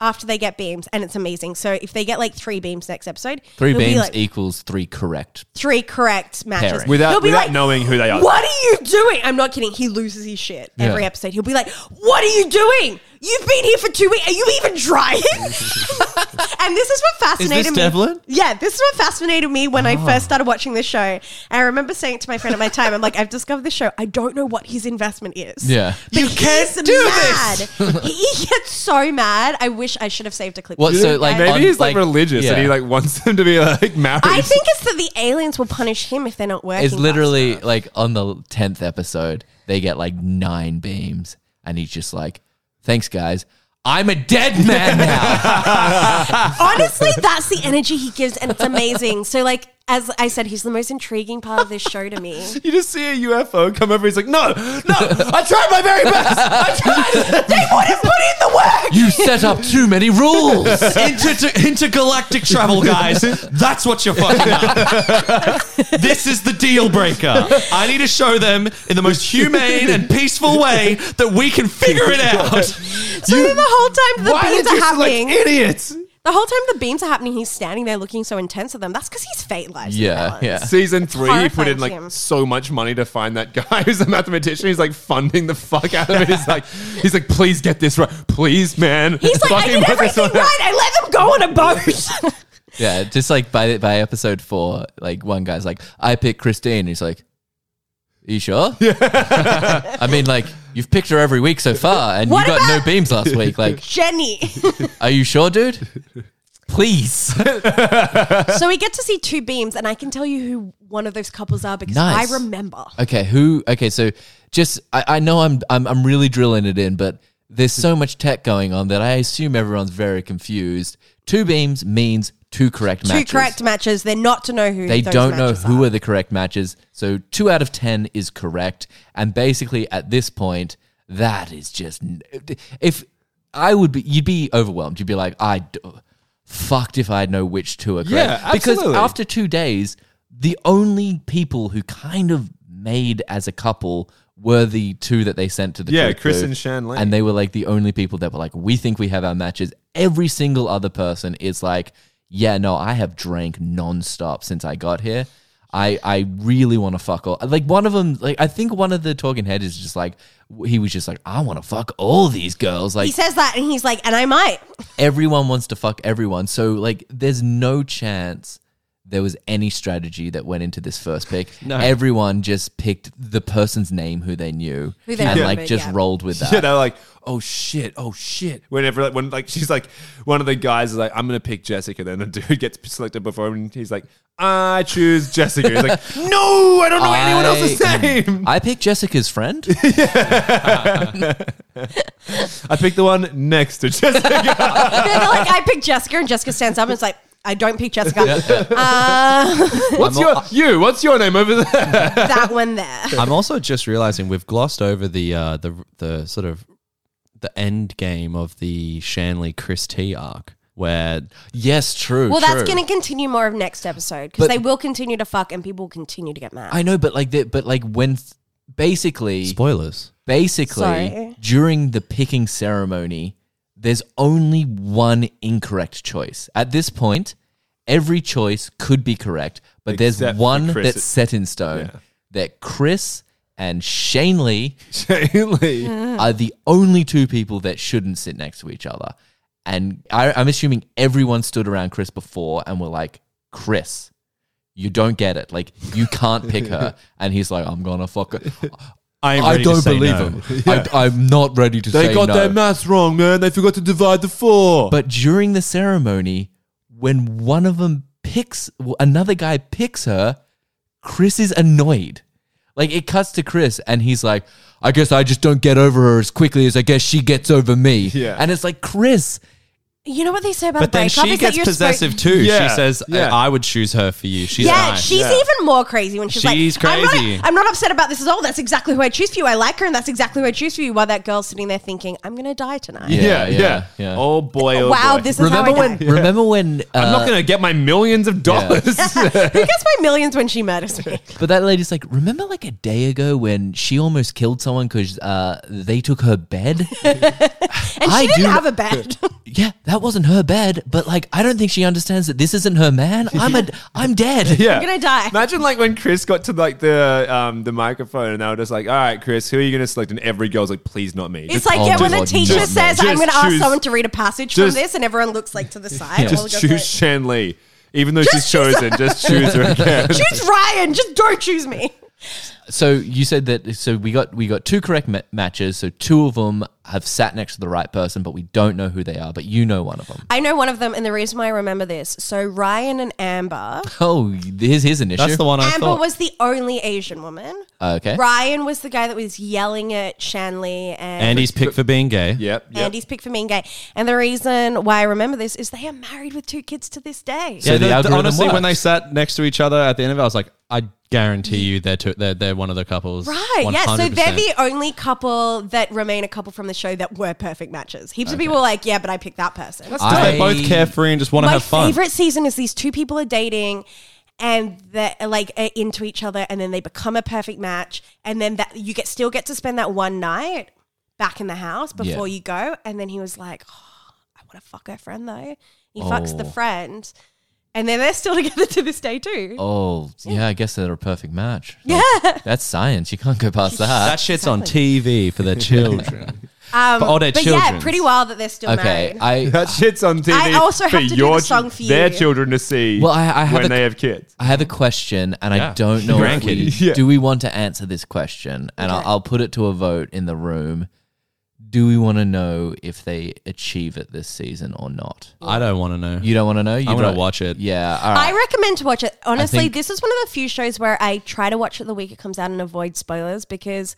after they get beams, and it's amazing. So if they get like three beams next episode, 3 it'll be beams like equals 3 correct. three correct matches. Pairing. without He'll be without like, knowing who they are. What are you doing? I'm not kidding. He loses his shit every Yeah. episode. He'll be like, What are you doing? You've been here for two weeks. Are you even trying? and this is what fascinated Is this me. Devlin? Yeah, this is what fascinated me when I first started watching this show. And I remember saying to my friend at my time, I'm like, I've discovered this show. I don't know what his investment is. Yeah. you can't do this. he, he gets so mad. I wish I should have saved a clip. What, of so, it. like, I, Maybe on- he's like, like- religious and yeah. he like wants them to be like married. I think it's that the aliens will punish him if they're not working. It's fast literally like on the 10th episode, they get like nine beams, and he's just like, thanks, guys. I'm a dead man now. Honestly, that's the energy he gives, and it's amazing. So, like, as I said, he's the most intriguing part of this show to me. you just see a UFO come over. He's like, no, no, I tried my very best. I tried. they would have put in the work. you set up too many rules. Inter- intergalactic travel, guys. That's what you're fucking up. this is the deal breaker. I need to show them in the most humane and peaceful way that we can figure it out. So then the whole time the Why beams did you are just, like happening, idiots? the whole time the beams are happening, he's standing there looking so intense at them. That's because he's fate lives. in Yeah, balance. yeah. Season three, he put in horrifying like to him. so much money to find that guy who's a mathematician. He's like funding the fuck out of it. He's like, he's like, please get this right, please, man. He's like, I Fucking did put this everything one out." right. I let them go on a boat. yeah, just like by by episode four, like one guy's like, I picked Christine. He's like, you sure? I mean, like, you've picked her every week so far, and What you got no about- beams last week. Like, Jenny. are you sure, dude? Please. so we get to see two beams, and I can tell you who one of those couples are because Nice. I remember. Okay, who? Okay, so just I, I know I'm, I'm I'm really drilling it in, but there's so much tech going on that I assume everyone's very confused. Two beams means two correct Two matches. correct matches. They're not to know who They those don't know matches who are. are the correct matches. So two out of ten is correct, and basically at this point, that is just if I would be, you'd be overwhelmed. You'd be like, I d- fucked if I'd know which two are correct. Yeah, Because absolutely. after two days, the only people who kind of made as a couple were the two that they sent to the Yeah, truth Chris booth. and Shan Lane. and they were like the only people that were like, we think we have our matches. Every single other person is like, yeah, no, I have drank nonstop since I got here. I, I really want to fuck all. Like one of them, like I think one of the talking head is just like he was just like I want to fuck all these girls. Like He says that, and he's like, and I might. everyone wants to fuck everyone. So like there's no chance there was any strategy that went into this first pick. No. Everyone just picked the person's name who they knew Who they and like remembered, just yeah. rolled with that. Yeah, they're like, oh shit, oh shit. Whenever like, when like she's like, one of the guys is like, I'm gonna pick Jessica. Then the dude gets selected before him, and he's like, I choose Jessica. He's like, no, I don't know anyone else's I- name. I picked Jessica's friend. I picked the one next to Jessica. They're like, I picked Jessica, and Jessica stands up and it's like, I don't pick Jessica. Uh, What's your you? What's your name over there? that one there. I'm also just realizing we've glossed over the uh, the the sort of the end game of the Shanley Chris T arc, where yes, true. Well, that's true. going to continue more of next episode because But- they will continue to fuck and people will continue to get mad. I know, but like, the, but like when basically, spoilers. basically Sorry. during the picking ceremony, there's only one incorrect choice. At this point, every choice could be correct, but Except there's for one Chris. that's set in stone that Chris and Shane Lee Shaylee. are the only two people that shouldn't sit next to each other. And I, I'm assuming everyone stood around Chris before and were like, Chris, you don't get it. Like, you can't pick her. And he's like, I'm going to fuck her. I don't believe him. I, I'm not ready to say no. maths wrong, man. They forgot to divide the four. But during the ceremony, when one of them picks, another guy picks her, Chris is annoyed. Like it cuts to Chris and he's like, I guess I just don't get over her as quickly as I guess she gets over me. Yeah. And it's like, Chris, you know what they say about But then breakup she is that gets you're possessive supposed- too. Yeah, she says, I- yeah. "I would choose her for you." She's yeah, mine. she's Yeah. even more crazy when she's, She's like, I'm crazy. not, I'm not upset about this at all. That's exactly who I choose for you. I like her, and that's exactly who I choose for you. While that girl's sitting there thinking, I'm going to die tonight. Yeah, yeah, yeah, yeah, yeah. Oh boy, oh wow, boy. this is remember how I when? die. Remember when? Uh, I'm not gonna get my millions of dollars. Who gets my millions when she murders me? But that lady's like, remember like a day ago when she almost killed someone because uh, they took her bed? And I she didn't do- have a bed. yeah, that wasn't her bed, but like I don't think she understands that this isn't her man. I'm a I'm dead. Yeah. I'm gonna die. Imagine like when Chris got to like the um the microphone and they were just like, all right, Chris, who are you gonna select? And every girl's like, please not me. It's Just, like all yeah, do when a what teacher not says, me. "I'm going to Just ask choose- someone to read a passage just- from this," and everyone looks like to the side. all just the girls choose are like, Shan Lee. Even though she's Just choose chosen, just choose her again. choose Ryan. Just don't choose me. So you said that. So we got we got two correct ma- matches. So two of them have sat next to the right person, but we don't know who they are. But you know one of them. I know one of them, and the reason why I remember this. So Ryan and Amber. Oh, here's here's an issue. That's the one I Amber thought. was the only Asian woman. Uh, Okay. Ryan was the guy that was yelling at Shanley and Andy's pick for being gay. Yep. yep. Andy's pick for mean gay. And the reason why I remember this is they are married with two kids to this day. So the algorithm honestly, when they works. sat next to each other at the end of it, I was like, I guarantee you they're two, they're, they're one of the couples. Right, yeah. So 100%. they're the only couple that remain a couple from the show that were perfect matches. Heaps of people were like, yeah, but I picked that person. they're I- both carefree and just want to My have fun. favorite season is these two people are dating and they're like are into each other and then they become a perfect match and then that you get still get to spend that one night back in the house before you go and then he was like "Oh, i want to fuck her friend though he fucks the Oh. friend and then they're still together to this day too Oh, yeah. I guess they're a perfect match. Yeah. That's science. You can't go past that. That shit's on TV for their children. um, but all their but yeah children's. pretty wild that they're still Okay. married I That shit's on TV. I also have to do your the song chi- for you. Their children to see Well, I- I have when a- they have kids. I have a question, and I Yeah. don't know. if we, Grandkid. Yeah. Do we want to answer this question? And I'll, I'll put it to a vote in the room. Do we want to know if they achieve it this season or not? I don't want to know. You don't want to know. You I wanna don't- watch it. Yeah. All Uh, right. I recommend to watch it. Honestly, think- this is one of the few shows where I try to watch it the week it comes out and avoid spoilers because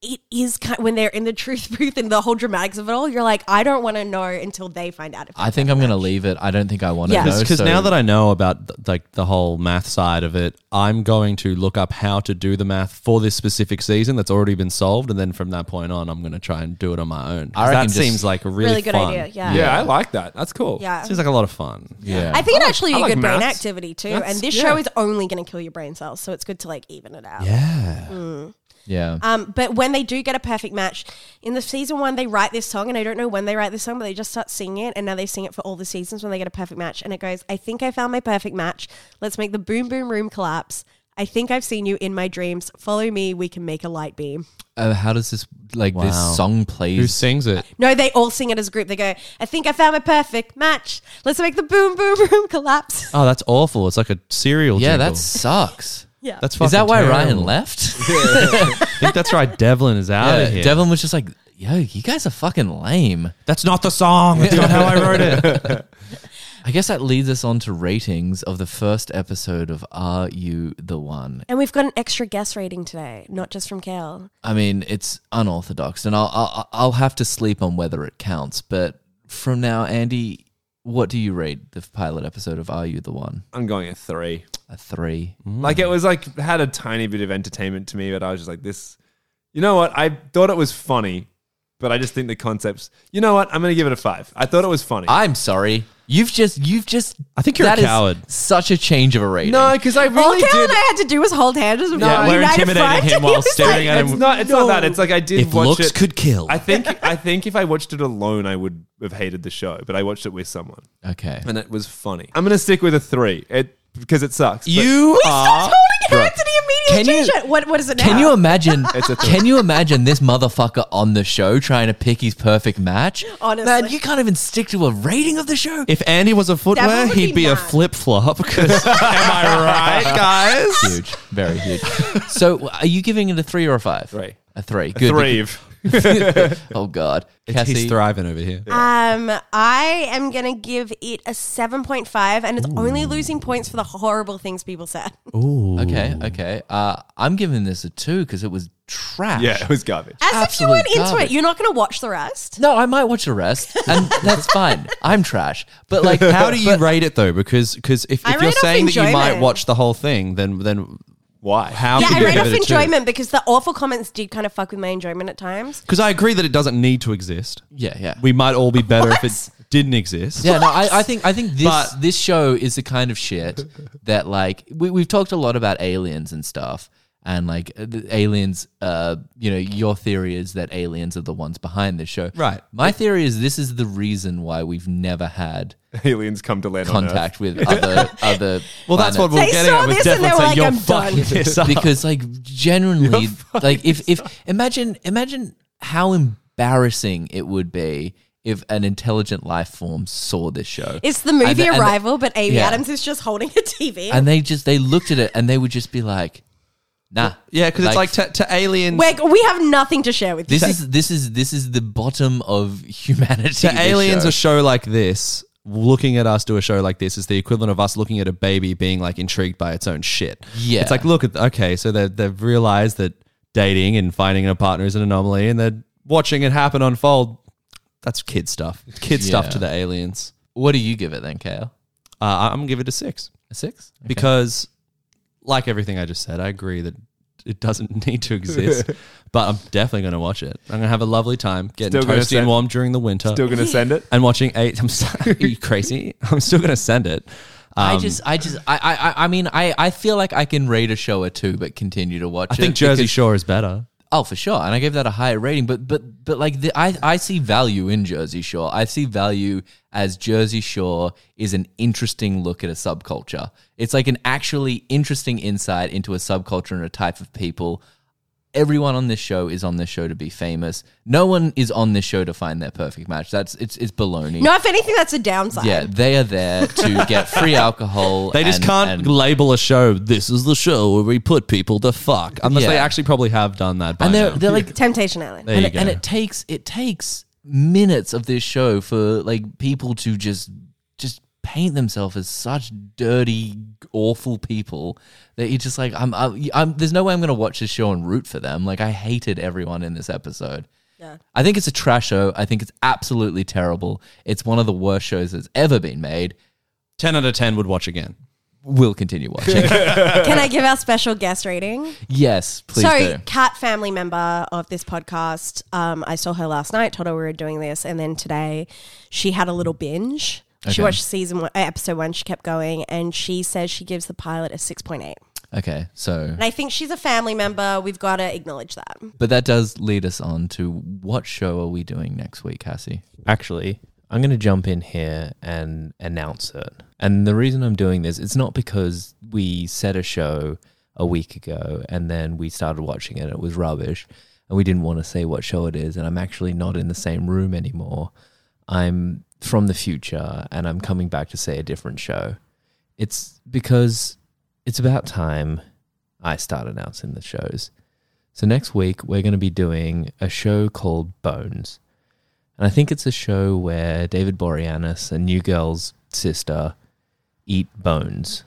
it is kind when they're in the truth booth and the whole dramatics of it all. You're like, I don't want to know until they find out. If I think I'm going to leave it. I don't think I want to Yeah. know. because so- now that I know about th- like the whole math side of it, I'm going to look up how to do the math for this specific season that's already been solved, and then from that point on, I'm going to try and do it on my own. 'Cause I reckon that just- seems like a really, really good fun. idea. Yeah, Yeah, I like that. That's cool. yeah. seems like a lot of fun. yeah. I think it actually I would be like good brain maths. activity too. That's- and this yeah. show is only going to kill your brain cells, so it's good to like even it out. Yeah. yeah. Um, but when they do get a perfect match in the season one, they write this song, and I don't know when they write this song, but they just start singing it, and now they sing it for all the seasons when they get a perfect match, and it goes, "I think I found my perfect match. Let's make the boom boom room collapse. I think I've seen you in my dreams. Follow me. We can make a light beam." Uh, how does this like Wow. this song Who plays? sings it? No, they all sing it as a group. They go, "I think I found my perfect match. Let's make the boom boom room collapse." Oh, that's awful. It's like a serial. Yeah, jingle. that sucks. Yeah, that's. Is that fucking why Ryan terrible. left? I think that's right. Devlin is out of yeah, here. Devlin was just like, "Yo, you guys are fucking lame." that's not the song. That's not how I wrote it. I guess that leads us on to ratings of the first episode of Are You the One? and we've got an extra guest rating today, not just from Kale. I mean, it's unorthodox, and I'll I'll, I'll have to sleep on whether it counts. But from now, Andy, what do you rate the pilot episode of Are You the One? I'm going a three. A three. Mm. Like it was like had a tiny bit of entertainment to me, but I was just like, this. You know what? I thought it was funny, but I just think the concepts. You know what? I'm gonna give it a five. I thought it was funny. I'm sorry. You've just you've just. I think you're a that is coward. such a change of a rating. no, because I All really Kale did. and I had to do was hold hands. and Yeah, we we're united intimidating front, him and he while was staring at him. It's not. It's not that. It's like I did If watch looks it. could kill. I think. I think if I watched it alone, I would have hated the show. But I watched it with someone, Okay. and it was funny. I'm gonna stick with a three. It because it sucks. but you are. holding hands and he Uh, Can immediately you- changed it. What, what is it now? Can you imagine? It's a three. can you imagine this motherfucker on the show trying to pick his perfect match? Honestly. man, you can't even stick to a rating of the show. If Andy was a footwear, Devlin would he'd be be a mad. flip flop. Because am I right, guys? huge, very huge. so, are you giving it a three or a five? Three. A three. Good. three. because- oh God, Cassie. He's thriving over here. Um, I am gonna give it a seven point five, and it's only losing points for the horrible things people said. okay, okay. Uh, I'm giving this a two because it was trash. Yeah, it was garbage. As if you Absolute weren't into it, garbage. you're not gonna watch the rest. No, I might watch the rest, and that's fine. I'm trash, but like, How do you rate it though? Because because if, I if you're rate off saying that you might enjoyment. watch the whole thing, then then Why? how? yeah, could I you ran give off it a two? enjoyment because the awful comments did kind of fuck with my enjoyment at times. Because I agree that it doesn't need to exist. Yeah, yeah. We might all be better if What? it didn't exist. Yeah, no, I, I think I think this But- this show is the kind of shit that like we we've talked a lot about aliens and stuff, and like the aliens uh you know your theory is that aliens are the ones behind the show Right. my theory is this is the reason why we've never had Aliens come to land on Earth. contact with other other Well, that's what we're They getting saw at with this and they were Devlin saying like, you're "I'm fucking done." this up. because like genuinely like if if imagine imagine how embarrassing it would be if an intelligent life form saw this show It's the movie And the- and the- Arrival, but Amy yeah. Adams is just holding a TV. and they just they looked at it and they would just be like nah Yeah, because it's like to, to aliens. We're, we have nothing to share with you. this is this is this is the bottom of humanity to this aliens, show. a show like this, looking at us do a show like this is the equivalent of us looking at a baby being like intrigued by its own shit. Yeah. It's like, look at, okay, so they- they've realized that dating and finding a partner is an anomaly and they're watching it happen unfold. That's kid stuff. Kid stuff Yeah. to the aliens. what do you give it then kale Uh, I- I'm going to give it a six a six because, like everything I just said, I agree that it doesn't need to exist, but I'm definitely going to watch it. I'm going to have a lovely time getting Still gonna toasty and send- warm during the winter. Still gonna send it. and watching eight. I'm sorry, are you crazy? I'm still gonna send it. I Um, just, I just, I, I, I- I mean, I, I feel like I can rate a show or two, but continue to watch I it. think Jersey because- Shore is better. Oh, for sure. And I gave that a higher rating, but but but like the, I I see value in Jersey Shore. I see value as Jersey Shore is an interesting look at a subculture. It's like an actually interesting insight into a subculture and a type of people. Everyone on this show is on this show to be famous. No one is on this show to find their perfect match. That's it's it's baloney. no, if anything, that's a downside. Yeah, they are there to get free alcohol. They just and- can't and- label a show. This is the show where we put people to fuck, unless Yeah. they actually probably have done that. By and they're now. they're like Temptation Island. there and, you it, go. and it takes it takes minutes of this show for like people to just just paint themselves as such dirty awful people that you're just like I'm, I'm, I'm there's no way I'm going to watch this show and root for them like I hated everyone in this episode Yeah. I think it's a trash show I think it's absolutely terrible it's one of the worst shows that's ever been made ten out of ten would watch again. we'll continue watching Can I give our special guest rating? yes please Sorry, do Kat, family member of this podcast. Um, I saw her last night, told her we were doing this, and then today she had a little binge. Okay. She watched season one, uh, episode one. She kept going, and she says she gives the pilot a six point eight. okay so And I think she's a family member. We've got to acknowledge that. but that does lead us on to what show are we doing next week Cassie actually i'm going to jump in here and announce it and the reason i'm doing this it's not because we set a show a week ago and then we started watching it and it was rubbish and we didn't want to say what show it is and i'm actually not in the same room anymore i'm from the future and i'm coming back to say a different show it's because it's about time i start announcing the shows so next week we're going to be doing a show called bones and I think it's a show where David Boreanaz, a new girl's sister, eat bones.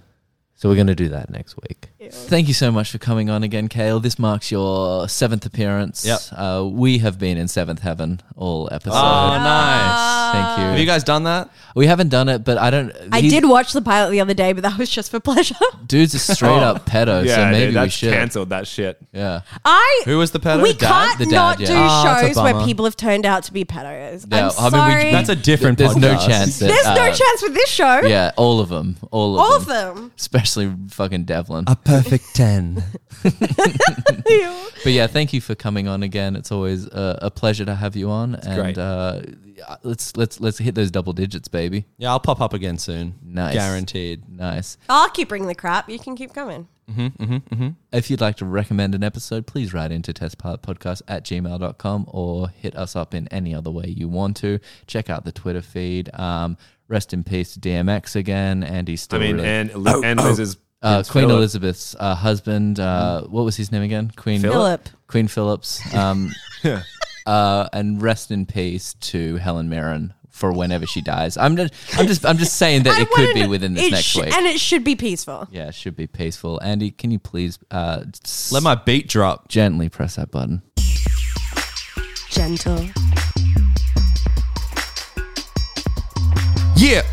So we're going to do that next week. Thank you so much for coming on again, Kale. This marks your seventh appearance. Yep. Uh, we have been in seventh heaven all episode. Oh, nice. Ah. Thank you. Have you guys done that? we haven't done it, but I don't. I these did watch the pilot the other day, but that was just for pleasure. Dude's a straight up pedo, Oh. Yeah, Uh, so dude, maybe we that's should. cancelled that shit. Yeah. I Who was the pedo? we Dad? can't The dad, not yeah. Ah, do Oh, that's a shows where bummer. people have turned out to be pedos. Yeah, I'm I mean, we- sorry. That's a different. There's no podcast. chance. That, There's no uh, chance with this show. Yeah, all of them. All of All them. of them. Especially fucking Devlin. A perfect ten. But yeah, thank you for coming on again. It's always a, a pleasure to have you on. and great. Uh, let's let's let's hit those double digits, baby. yeah, I'll pop up again soon. Nice. guaranteed. Nice. I'll keep bringing the crap. You can keep coming. If you'd like to recommend an episode, please write into testpilotpodcast at gmail.com or hit us up in any other way you want to. Check out the Twitter feed. Um, rest in peace to DMX again. And he's I still mean, really- and and Liz's uh, Prince Queen Philip. Elizabeth's uh, husband. Uh, what was his name again? Queen Philip. Queen Phillips. Um, uh, and rest in peace to Helen Mirren for whenever she dies. I'm just, I'm just, I'm just saying that I it could be wanna- within this it next sh- week. And it should be peaceful. yeah, it should be peaceful. Andy, can you please uh, s- Let my beat drop. gently press that button? Gentle. Yeah.